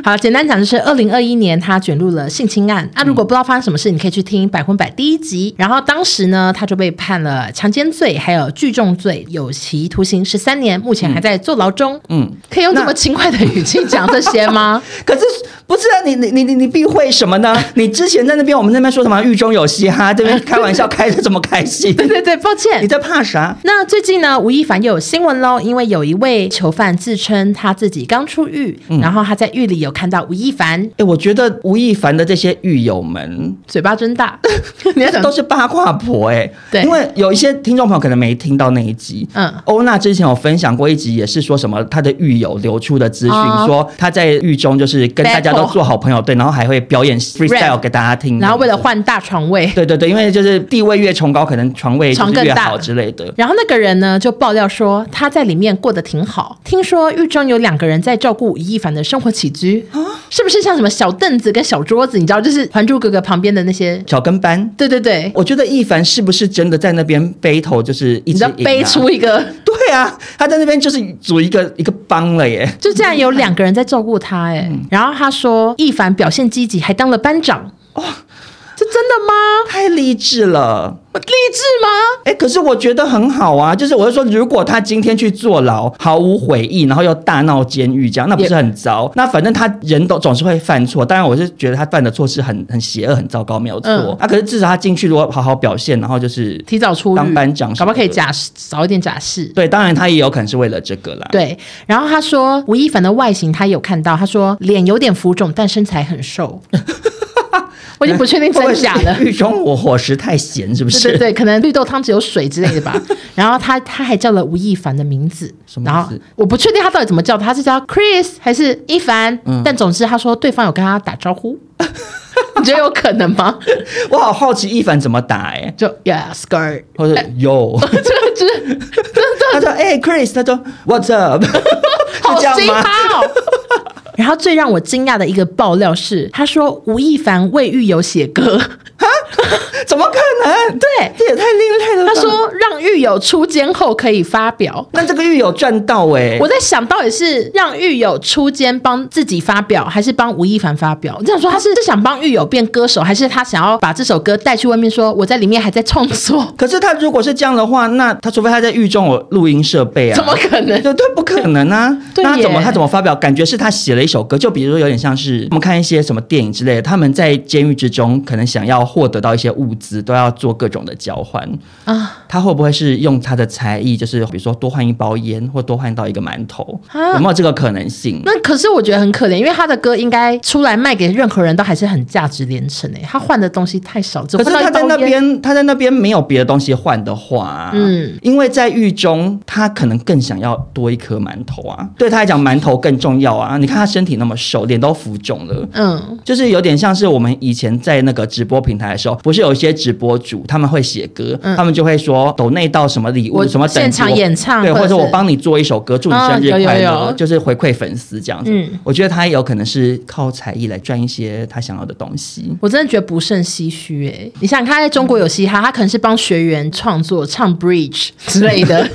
S1: 好，简单讲就是二零二一年他卷入了性侵案。啊那、如果不知道发生什么事，你可以去听《百分百》第一集。然后当时呢，他就被判了强奸罪，还有聚众罪，有期徒刑十三年，目前还在坐牢中。嗯，可以用这么轻快的语气讲这些吗？
S3: 可是不是啊，你你你你你避讳什么 呢？你之前在那边我们那边说什么狱中有嘻哈，这边开玩笑开的这么开 心，
S1: 对对对，抱
S3: 你
S1: 歉。
S3: 在怕啥？
S1: 那最近呢，吴亦凡又有新闻喽，因为有一位囚犯自称他自己刚出狱，
S3: 嗯
S1: 然后他在狱里有看到吴亦凡
S3: 哎、我觉得吴亦凡的这些狱友们
S1: 嘴巴真 大，你要讲
S3: 都是八卦婆哎、
S1: 对
S3: 因为有一些听众朋友可能没听到那一集，
S1: 嗯
S3: 嗯，欧娜之前有分享过一集，也是说什么她的狱友流出的资讯，
S1: 哦
S3: 说她在狱中就是跟大家都
S1: Battle
S3: 做好朋友，对，然后还会表演 freestyle
S1: Rap
S3: 给大家听，
S1: 然后为了。换大床位，
S3: 对对对，因为就是地位越崇高，可能床位就
S1: 床
S3: 是
S1: 更
S3: 越
S1: 大
S3: 好之类的。
S1: 然后那个人呢就爆料说他在里面过得挺好，听说狱中有两个人在照顾吴亦凡的生活起居，
S3: 啊
S1: 是不是像什么小凳子跟小桌子？你知道，就是《还珠格格》旁边的那些，
S3: 小跟班，
S1: 对对对，
S3: 我觉得亦凡是不是真的在那边背头，就是
S1: 你
S3: 一直
S1: 知道
S3: 赢、啊、
S1: 背出一个，
S3: 对啊，他在那边就是组一个一个帮了耶。
S1: 就竟然有两个人在照顾他哎、
S3: 嗯
S1: 然后他说亦凡表现积极，还当了班长，哇、这真的吗？
S3: 太励志了。
S1: 我励志吗？
S3: 哎、可是我觉得很好啊，就是我是说，如果他今天去坐牢，毫无悔意，然后又大闹监狱，这样那不是很糟？那反正他人都总是会犯错，当然我是觉得他犯的错是很很邪恶、很糟糕，没有错、
S1: 嗯
S3: 啊。可是至少他进去如果好好表现，然后就是
S1: 提早出狱，
S3: 当班长什
S1: 搞不
S3: 么的
S1: 好可以假少一点假释。
S3: 对，当然他也有可能是为了这个啦。
S1: 对，然后他说吴亦凡的外形他有看到，他说脸有点浮肿，但身材很 瘦。我已经不确定
S3: 会不
S1: 真
S3: 会是。
S1: 假了
S3: 狱中我伙食太咸，是不
S1: 对
S3: 是？
S1: 对对，可能绿豆汤只有水之类的 吧。然后他他还叫了吴亦凡的名字，
S3: 什么
S1: 然后
S3: 意思
S1: 我不确定他到底怎么叫他，他是叫 Chris 还是一凡？但总之他说对方有跟他打招呼， 你觉得有可能吗？
S3: 我好好奇一凡怎么打哎、
S1: 就 Yeah skirt，
S3: 或者 Yo，
S1: 这个 哎就是
S3: 他说哎、Chris，他说 What's up？
S1: 好
S3: 是 这样
S1: 奇
S3: 吗？
S1: 葩哦。 然后最让我惊讶的一个爆料是，他说吴亦凡为狱友写歌，
S3: 怎么可能？
S1: 对
S3: 这也太另类了吧。
S1: 他说让狱友出监后可以发表。
S3: 那这个狱友赚到哎、
S1: 我在想到底是让狱友出监帮自己发表，还是帮吴亦凡发表？我这样说，他是是想帮狱友变歌手，还是他想要把这首歌带去外面说我在里面还在创作？
S3: 可是他如果是这样的话，那他除非他在狱中有录音设备啊，
S1: 怎么可能？
S3: 对对，不可能啊！
S1: 对
S3: 那他怎么
S1: 耶
S3: 他怎么发表？感觉是他写了一首歌，就比如说有点像是我们看一些什么电影之类的，他们在监狱之中可能想要获得到一些物资，都要做各种的交换
S1: 啊
S3: 啊。他会不会是用他的才艺，就是比如说多换一包烟，或多换到一个馒头，
S1: 啊
S3: 有没有这个可能性？
S1: 那可是我觉得很可怜，因为他的歌应该出来卖给任何人都还是很价值连城诶、他换的东西太少，只
S3: 可
S1: 换
S3: 是
S1: 到一
S3: 他在
S1: 包
S3: 那
S1: 烟
S3: 边，他在那边没有别的东西换的话，
S1: 嗯
S3: 嗯，因为在狱中，他可能更想要多一颗馒头啊。对他来讲，馒头更重要啊。你看他身体那么瘦，脸都浮肿了。
S1: 嗯，
S3: 就是有点像是我们以前在那个直播平台的时候，不是有一些直播主他们会写歌，
S1: 嗯
S3: 他们就会说抖内到什么礼物
S1: 我
S3: 什么等级
S1: 现场
S3: 我
S1: 演唱
S3: 对，
S1: 或
S3: 或
S1: 者
S3: 者
S1: 是
S3: 我帮你做一首歌，祝你生日
S1: 啊有有
S3: 快乐，
S1: 有
S3: 就是回馈粉丝这样子。
S1: 嗯
S3: 我觉得他也有可能是靠才艺来赚一些他想要的东西。
S1: 我真的觉得不胜唏嘘哎、你想，他在中国有嘻哈，他可能是帮学员创作唱 bridge 之类 的，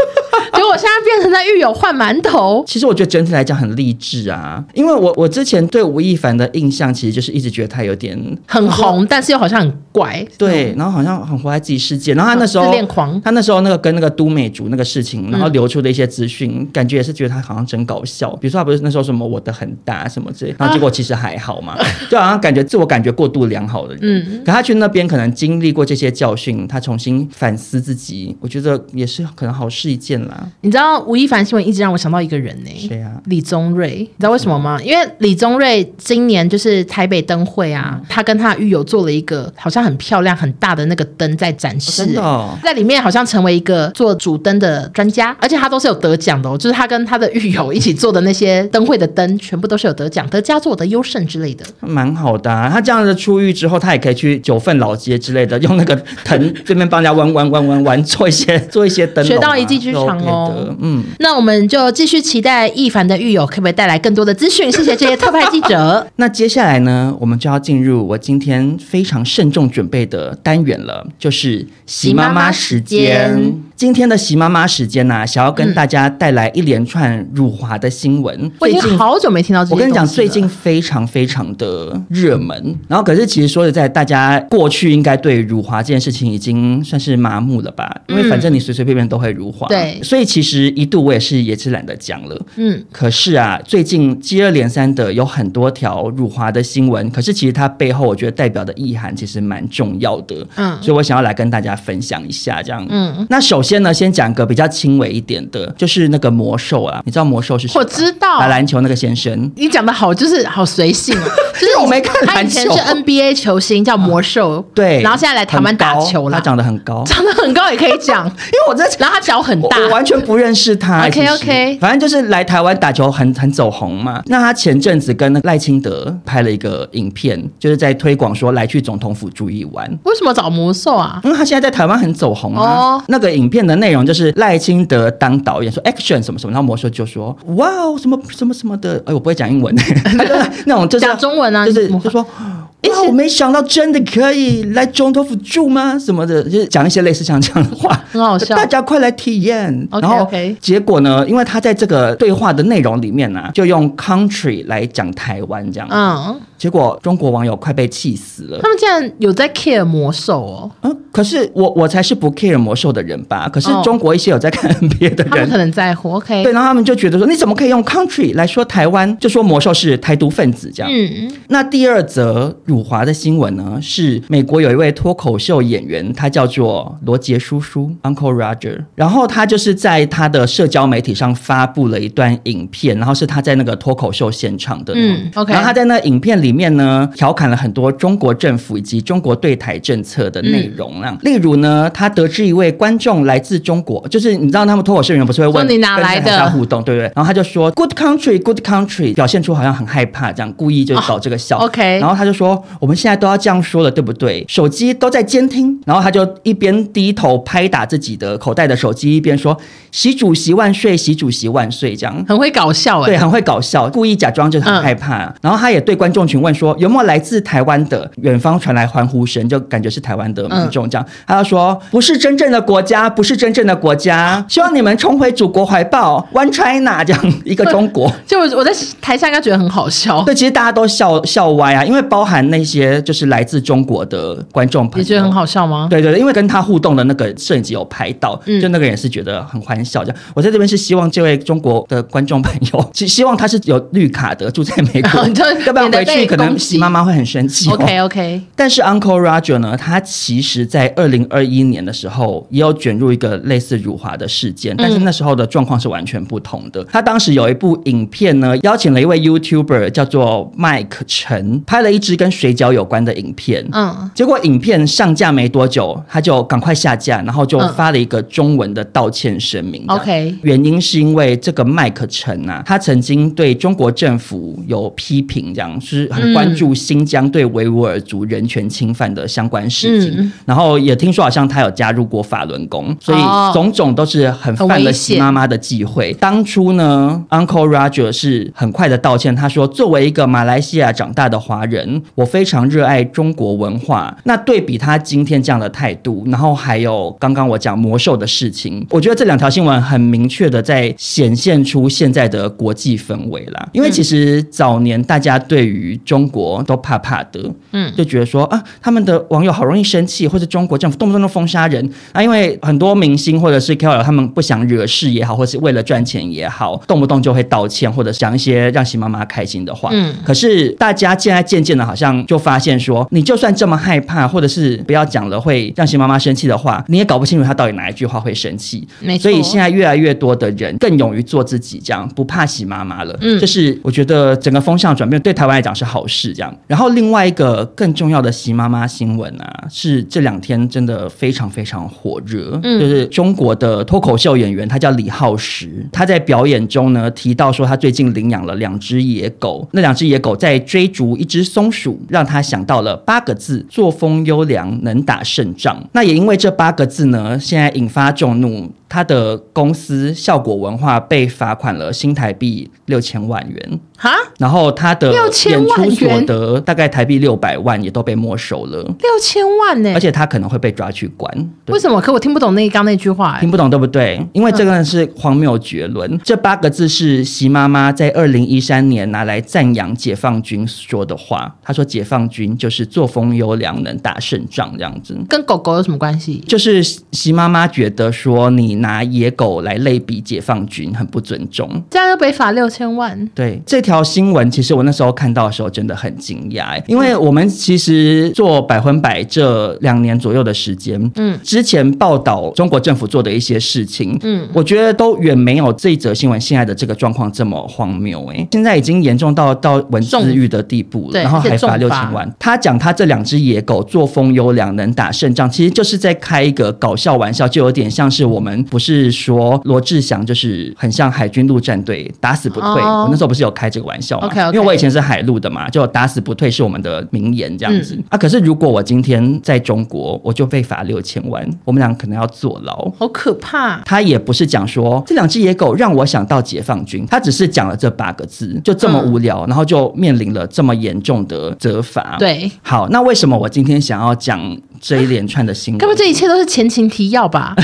S1: 结果我现在变成在狱友换馒头。
S3: 其实我觉得整体来讲很励志啊，因为我我之前对吴亦凡的印象其实就是一直觉得他有点
S1: 很红，但是又好像很怪。
S3: 对，然后好像很活在自己世界。然后他那时候
S1: 自恋狂嗯
S3: 他那时候那个跟那个都美竹那个事情，然后流出的一些资讯，感觉也是觉得他好像真搞笑。比如说他不是那时候什么我的很大什么之类，
S1: 啊
S3: 然后结果其实还好嘛， 就好像感觉自我感觉过度良好的人。
S1: 嗯
S3: 可他去那边可能经历过这些教训，他重新反思自己，我觉得也是可能好事一件啦。
S1: 你知道吴亦凡新闻一直让我想到一个人呢、
S3: 谁啊
S1: 李宗瑞，你知道为什么吗？因为李宗瑞今年就是台北灯会啊，他跟他的狱友做了一个好像很漂亮很大的那个灯在展示、
S3: 真的哦
S1: 在里面好像成为一个做主灯的专家，而且他都是有得奖的哦，就是他跟他的狱友一起做的那些灯会的灯，全部都是有得奖，得佳作、得优胜之类的。
S3: 蛮好的、啊，他这样子出狱之后，他也可以去九份老街之类的，用那个藤这边帮人家弯弯弯弯弯，做一些做一些灯笼啊、
S1: 学到一技之
S3: 都
S1: 长
S3: OK
S1: 哦
S3: 的嗯，
S1: 那我们就继续期待一凡的狱友可不可以带来更多的资讯，谢谢这些特派记者。
S3: 那接下来呢，我们就要进入我今天非常慎重准备的单元了，就是席妈妈时
S1: 席妈妈时
S3: 间
S1: 间。
S3: 今天的席妈妈时间呢、啊想要跟
S1: 嗯
S3: 大家带来一连串辱华的新闻。
S1: 我已
S3: 最
S1: 经
S3: 近
S1: 好久没听到这些
S3: 我跟你讲，
S1: 东西了
S3: 最近非常非常的热门。然后，可是其实说实在，大家过去应该对辱华这件事情已经算是麻木了吧？因为反正你随随便便都会辱华，
S1: 嗯对
S3: 所以其实一度我也是也是懒得讲了。
S1: 嗯，
S3: 可是啊，最近接二连三的有很多条辱华的新闻，可是其实它背后我觉得代表的意涵其实蛮重要的，
S1: 嗯
S3: 所以我想要来跟大家分享一下这样，
S1: 嗯，
S3: 那首先呢，先讲个比较轻微一点的，就是那个魔兽啊，你知道魔兽是谁吗
S1: 我知道
S3: 打篮球那个先生，
S1: 你讲的好，就是好随性 哦，就是
S3: 我没看
S1: 他以
S3: 篮
S1: 前
S3: 球啊
S1: 是 NBA 球星，叫魔兽，
S3: 对，
S1: 然后现在来台湾打球了，
S3: 很高他长得很 高，
S1: 长得很高也可以 讲，
S3: 因为我在。
S1: 然后他脚很
S3: 我
S1: 大，
S3: 我完全不认识他。
S1: OK，
S3: 其实
S1: OK
S3: 反正就是来台湾打球很很走红嘛。那他前阵子跟赖清德拍了一个影片，就是在推广说来去总统府住一晚。
S1: 为什么找魔兽啊？
S3: 因为他现在在台湾很走红啊
S1: 哦
S3: 那个影片的内容就是赖清德当导演说 action 什么什么，然后魔兽就说哇哦什么什么什么的，哎我不会讲 英文，他就那种就是
S1: 讲中文啊
S3: 就是
S1: 你模仿
S3: 就说哇我没想到真的可以来总统府住吗什么的，就是讲一些类似像这样的话，
S1: 很好笑
S3: 大家快来体验。
S1: OK，
S3: 然后
S1: OK
S3: 结果呢，因为他在这个对话的内容里面呢、就用 country 来讲台湾这样，
S1: 嗯，
S3: 结果中国网友快被气死了
S1: 他。们竟然有在 care 魔兽哦，
S3: 嗯，可是我我才是不 care 魔兽的人吧？可是
S1: 哦
S3: 中国一些有在看 NBA 的
S1: 他们
S3: 人，
S1: 可能在乎，OK，
S3: 对，然后他们就觉得说，你怎么可以用 country 来说台湾，就说魔兽是台独分子这样？
S1: 嗯，
S3: 那第二则辱华的新闻呢，是美国有一位脱口秀演员，他叫做罗杰叔叔 （Uncle Roger），然后他就是在他的社交媒体上发布了一段影片，然后是他在那个脱口秀现场的那种，
S1: 嗯，OK
S3: 然后他在那影片里面呢，调侃了很多中国政府以及中国对台政策的内容
S1: 嗯
S3: 啊，例如呢，他得知一位观众来自中国，就是你知道他们脱口秀演员不是会问
S1: 说你哪
S3: 跟
S1: 来的
S3: 台下互动，对不对？然后他就说 “Good country, good country”，表现出好像很害怕这样，故意就搞这个笑。
S1: 哦，OK
S3: 然后他就说：“我们现在都要这样说了，对不对？手机都在监听。”然后他就一边低头拍打自己的口袋的手机，一边说：“习主席万岁，习主席万岁！”这样。
S1: 很会嗯搞笑
S3: 对，
S1: 哎，
S3: 很会搞笑，故意假装就是很害怕。然后他也对观众群问说，有没有来自台湾的远方传来欢呼声，就感觉是台湾的民
S1: 嗯
S3: 众这样。他就说，不是真正的国家，不是真正的国
S1: 嗯
S3: 家，希望你们重回祖国怀抱，One China 这样一个中 国。
S1: 就我我在台下应该觉得很好笑，啊
S3: 对，其实大家都笑笑歪啊，因为包含那些就是来自中国的观众朋
S1: 你
S3: 友，
S1: 觉得很好笑吗？
S3: 对对对，因为跟他互动的那个摄影机有拍到，
S1: 哦嗯
S3: 就那个人是觉得很欢笑这样。我在这边是希望这位中国的观众朋友，希希望他是有绿卡的，住在美 国
S1: 哦就，
S3: 要不然
S1: 免得
S3: 回
S1: 被
S3: 去可
S1: 攻
S3: 能
S1: 击
S3: 喜妈妈会很生气、哦。
S1: ，OK OK，
S3: 但是 Uncle Roger 呢，他其实在二零二一年的时候也有卷入一个类似辱华的事
S1: 嗯
S3: 件，但是那时候的状况是完全不同的。他当时有一部影片呢，邀请了一位 YouTuber 叫做 Mike 陈，拍了一支跟水饺有关的影片。
S1: 嗯，
S3: 结果影片上架没多久，他就赶快下架，然后就
S1: 嗯
S3: 发了一个中文的道歉声明。这样
S1: OK
S3: 原因是因为这个麦克陈啊，他曾经对中国政府有批评，这样是很关注新疆对维吾尔族人权侵犯的相关事情。
S1: 嗯
S3: 然后也听说好像他有加入过法轮功，所以
S1: 哦
S3: 种种都是很
S1: 很
S3: 犯
S1: 危
S3: 了习
S1: 险
S3: 妈妈的忌讳。当初呢，Uncle Roger 是很快的道歉，他说：“作为一个马来西亚长大的华人，我非常热爱中国文化。那对比他今天这样的态度，然后还有刚刚我讲魔兽的事情，我觉得这两条新闻很明确的在显现出现在的国际氛围啦。
S1: 嗯
S3: 因为其实早年大家对于中国都怕怕的，
S1: 嗯
S3: 就觉得说啊，他们的网友好容易生气，或者中国政府动不动就封杀人啊，因为很多明星或者是 KOL 他们不想惹事也好，或是为了赚钱也好，动不动就会道歉或者讲一些让新妈妈开心的话。
S1: 嗯
S3: 可是大家现在渐渐的，好像就发现说，你就算这么害怕，或者是不要讲了会让新妈妈生气的话，你也搞不清楚她到底哪一句话会生气。
S1: 没错。
S3: 所以现在越来越多的人更勇于做自己，这样不怕洗妈妈了。
S1: 嗯
S3: 这是我觉得整个风向转变对台湾来讲是好事，这样。然后另外一个更重要的洗妈妈新闻啊，是这两天真的非常非常火热，
S1: 嗯
S3: 就是中国的脱口秀演员，他叫李浩石，他在表演中呢提到说，他最近领养了两只野狗，那两只野狗在追逐一只松鼠，让他想到了八个字：作风优良，能打胜仗。那也因为这八个字呢，现在引发众怒。他的公司效果文化被罚款了新台币六千万元，
S1: 哈
S3: 然后他的
S1: 6000
S3: 演
S1: 万
S3: 出所
S1: 元
S3: 得大概台币六百万也都被没收了，
S1: 六千万呢、
S3: 而且他可能会被抓去关。对
S1: 为什么？可我听不懂那刚那句话、欸
S3: 听。不懂对不对？因为这个是荒谬绝伦。这八个字是习妈妈在二零一三年拿来赞扬解放军说的话。她说解放军就是作风优良，能打胜仗这样子。
S1: 哎跟狗狗有什么关系？
S3: 就是习妈妈觉得说你拿野狗来类比解放军很不尊重。
S1: 这样就被罚六千万。
S3: 对这条新闻，其实我那时候看到的时候真的很惊讶欸，因为我们其实做百分百这两年左右的时间，
S1: 嗯
S3: 嗯，之前报道中国政府做的一些事情，
S1: 嗯
S3: 嗯，我觉得都远没有这一则新闻现在的这个状况这么荒谬诶、现在已经严重到到文字狱的地步
S1: 重
S3: 了，然后
S1: 对
S3: 还罚
S1: 而且
S3: 六
S1: 重罚
S3: 千万。他讲他这两只野狗作风优良，能打胜仗，其实就是在开一个搞笑玩笑，就有点像是我们不是说罗志祥就是很像海军陆战队，打死不退。
S1: 哦
S3: 我那时候不是有开这个玩笑嘛
S1: OK，OK
S3: 因为我以前是海陆的嘛，就打死不退是我们的名言这样子、
S1: 嗯
S3: 啊。可是如果我今天在中国，我就被罚六千万，我们俩可能要坐牢。
S1: 好可怕！
S3: 他也不是讲说这两只野狗让我想到解放军，他只是讲了这八个字，就这么
S1: 嗯
S3: 无聊，然后就面临了这么严重的责罚。，
S1: 对，
S3: 好，那为什么我今天想要讲这一连串的新
S1: 该不会
S3: 闻？
S1: 这一切都是前情提要 吧？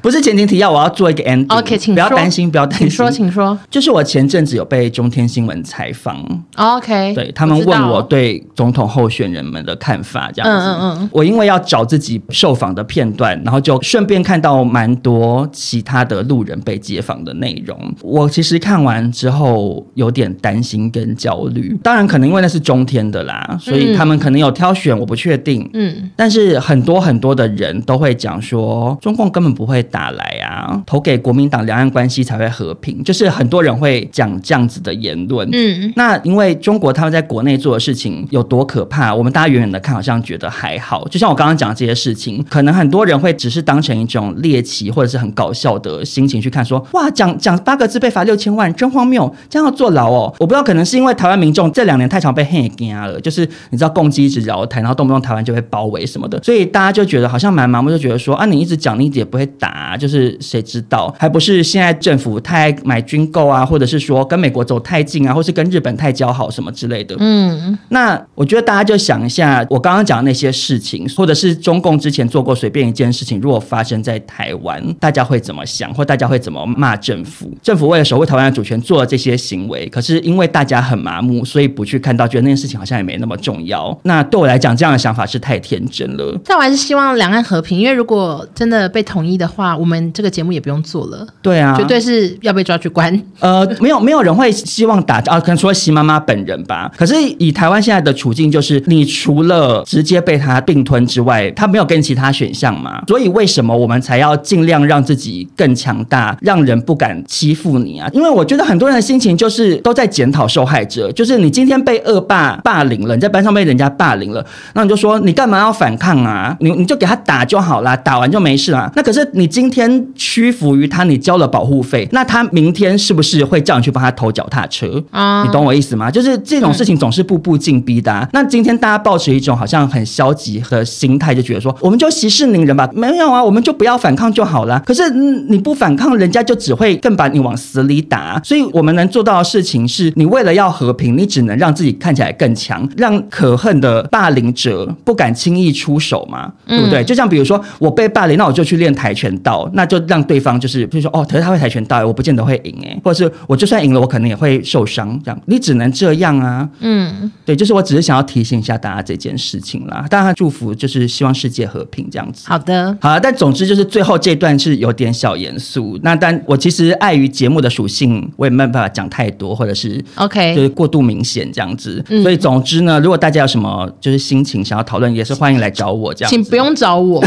S3: 不是前情提要，我要做一个 ending。
S1: OK，请
S3: 不要
S1: 说
S3: 担心，不要担
S1: 请说，
S3: 心。
S1: 请说。
S3: 就是我前阵子有被中天新闻采访，
S1: OK，
S3: 对他们
S1: 知道哦
S3: 问我对总统候选人们的看法，这样子。
S1: 嗯嗯嗯
S3: 我因为要找自己受访的片段，然后就顺便看到蛮多其他的路人被街访的内容。我其实看完之后有点担心跟焦虑，当然可能因为那是中天的啦，所以他们可能有挑选，我不确定。
S1: 嗯，
S3: 但是很多很多的人都会讲说，中共根本不会打来啊，投给国民党，两岸关系才会和平。就是很多人会讲这样子的言论。
S1: 嗯，
S3: 那因为中国他们在国内做的事情有多可怕，我们大家远远的看好像觉得还好。就像我刚刚讲的这些事情，可能很多人会只是当成一种猎奇或者是很搞笑的心情去看说，哇，讲讲八个字被罚六千万，真荒谬，这样要坐牢哦。我不知道，可能是因为台湾民众这两年太常被黑惊了，就是你知道共机一直扰台，然后动不动台湾就被包围什么的，所以大家就觉得好像蛮盲目，就觉得说啊，你一直讲，你一直也不会打、就是谁知道，还不是现在政府太爱买军购啊，或者是说跟美国走太近啊，或是跟日本太交好什么之类的。
S1: 嗯，
S3: 那我觉得大家就想一下，我刚刚讲的那些事情，或者是中共之前做过随便一件事情，如果发生在台湾，大家会怎么想，或大家会怎么骂政府？政府为了守护台湾的主权做了这些行为，可是因为大家很麻木，所以不去看到，觉得那件事情好像也没那么重要。那对我来讲，这样的想法是太天真了。
S1: 但我还是希望两岸和平，因为如果真的被统一的话，话，我们这个节目也不用做了，
S3: 对啊，
S1: 绝对是要被抓去 关。
S3: 呃，没有没有人会希望打啊，可能除了习妈妈本人吧。可是以台湾现在的处境，就是你除了直接被他并吞之外，他没有跟其他选项嘛。所以为什么我们才要尽量让自己更强大，让人不敢欺负你啊？因为我觉得很多人的心情就是都在检讨受害者，就是你今天被恶霸霸凌了，你在班上被人家霸凌了，那你就说你干嘛要反抗啊？你你就给他打就好啦，打完就没事啦。那可是你今天屈服于他，你交了保护费，那他明天是不是会叫你去帮他偷脚踏车？
S1: 啊
S3: 你懂我意思吗？就是这种事情总是步步进逼的啊、那今天大家抱持一种好像很消极和心态，就觉得说我们就息事宁人吧，没有啊，我们就不要反抗就好了。可是、嗯你不反抗，人家就只会更把你往死里打。所以我们能做到的事情是，你为了要和平，你只能让自己看起来更强，让可恨的霸凌者不敢轻易出手嘛，对不对？就像比如说我被霸凌，那我就去练跆拳道，那就让对方就是就说哦，可是他会跆拳道，我不见得会赢哎、或者是我就算赢了，我可能也会受伤，这样你只能这样啊。
S1: 嗯，
S3: 对，就是我只是想要提醒一下大家这件事情啦。当然，祝福就是希望世界和平这样子。
S1: 好的，
S3: 好，但总之就是最后这段是有点小严肃。那但我其实碍于节目的属性，我也没有办法讲太多，或者是
S1: OK
S3: 就是过度明显这样子。
S1: 哎嗯
S3: 所以总之呢，如果大家有什么就是心情想要讨论，也是欢迎来找我这样子。
S1: 请不用找 我，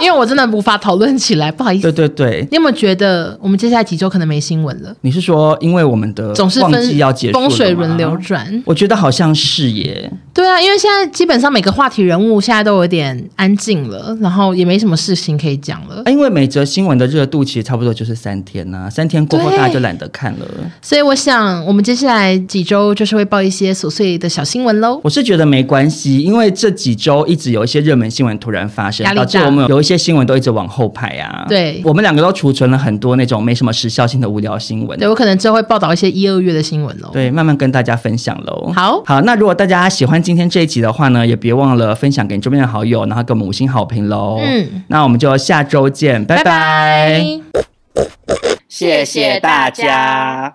S1: 因为我真的无法讨论起来，不好意思
S3: 对。对对，
S1: 你有没有觉得我们接下来几周可能没新闻了？
S3: 你是说因为我们的
S1: 总是
S3: 旺
S1: 分
S3: 季要结束了
S1: 风水
S3: 吗
S1: 轮流转，
S3: 我觉得好像是耶。
S1: 对啊，因为现在基本上每个话题人物现在都有点安静了，然后也没什么事情可以讲了，
S3: 啊因为每则新闻的热度其实差不多就是三天呐、三天过后
S1: 对
S3: 大家就懒得看了。
S1: 所以我想我们接下来几周就是会报一些琐碎的小新闻喽。
S3: 我是觉得没关系，因为这几周一直有一些热门新闻突然发生
S1: 压，力大
S3: 导致我们有一些新闻都一直往后排啊。
S1: 对
S3: 我们两个都储存了很多那种没什么时效性的无聊新闻
S1: 对，。我可能之后会报道一些一二月的新闻喽。
S3: 对，慢哦慢跟大家分享喽。
S1: 好
S3: 好，那如果大家喜欢今天这一集的话呢，也别忘了分享给你周边的好友，然后给我们五星好评喽。
S1: 嗯，
S3: 那我们就下周见，拜拜
S1: 拜拜
S2: 谢谢大家。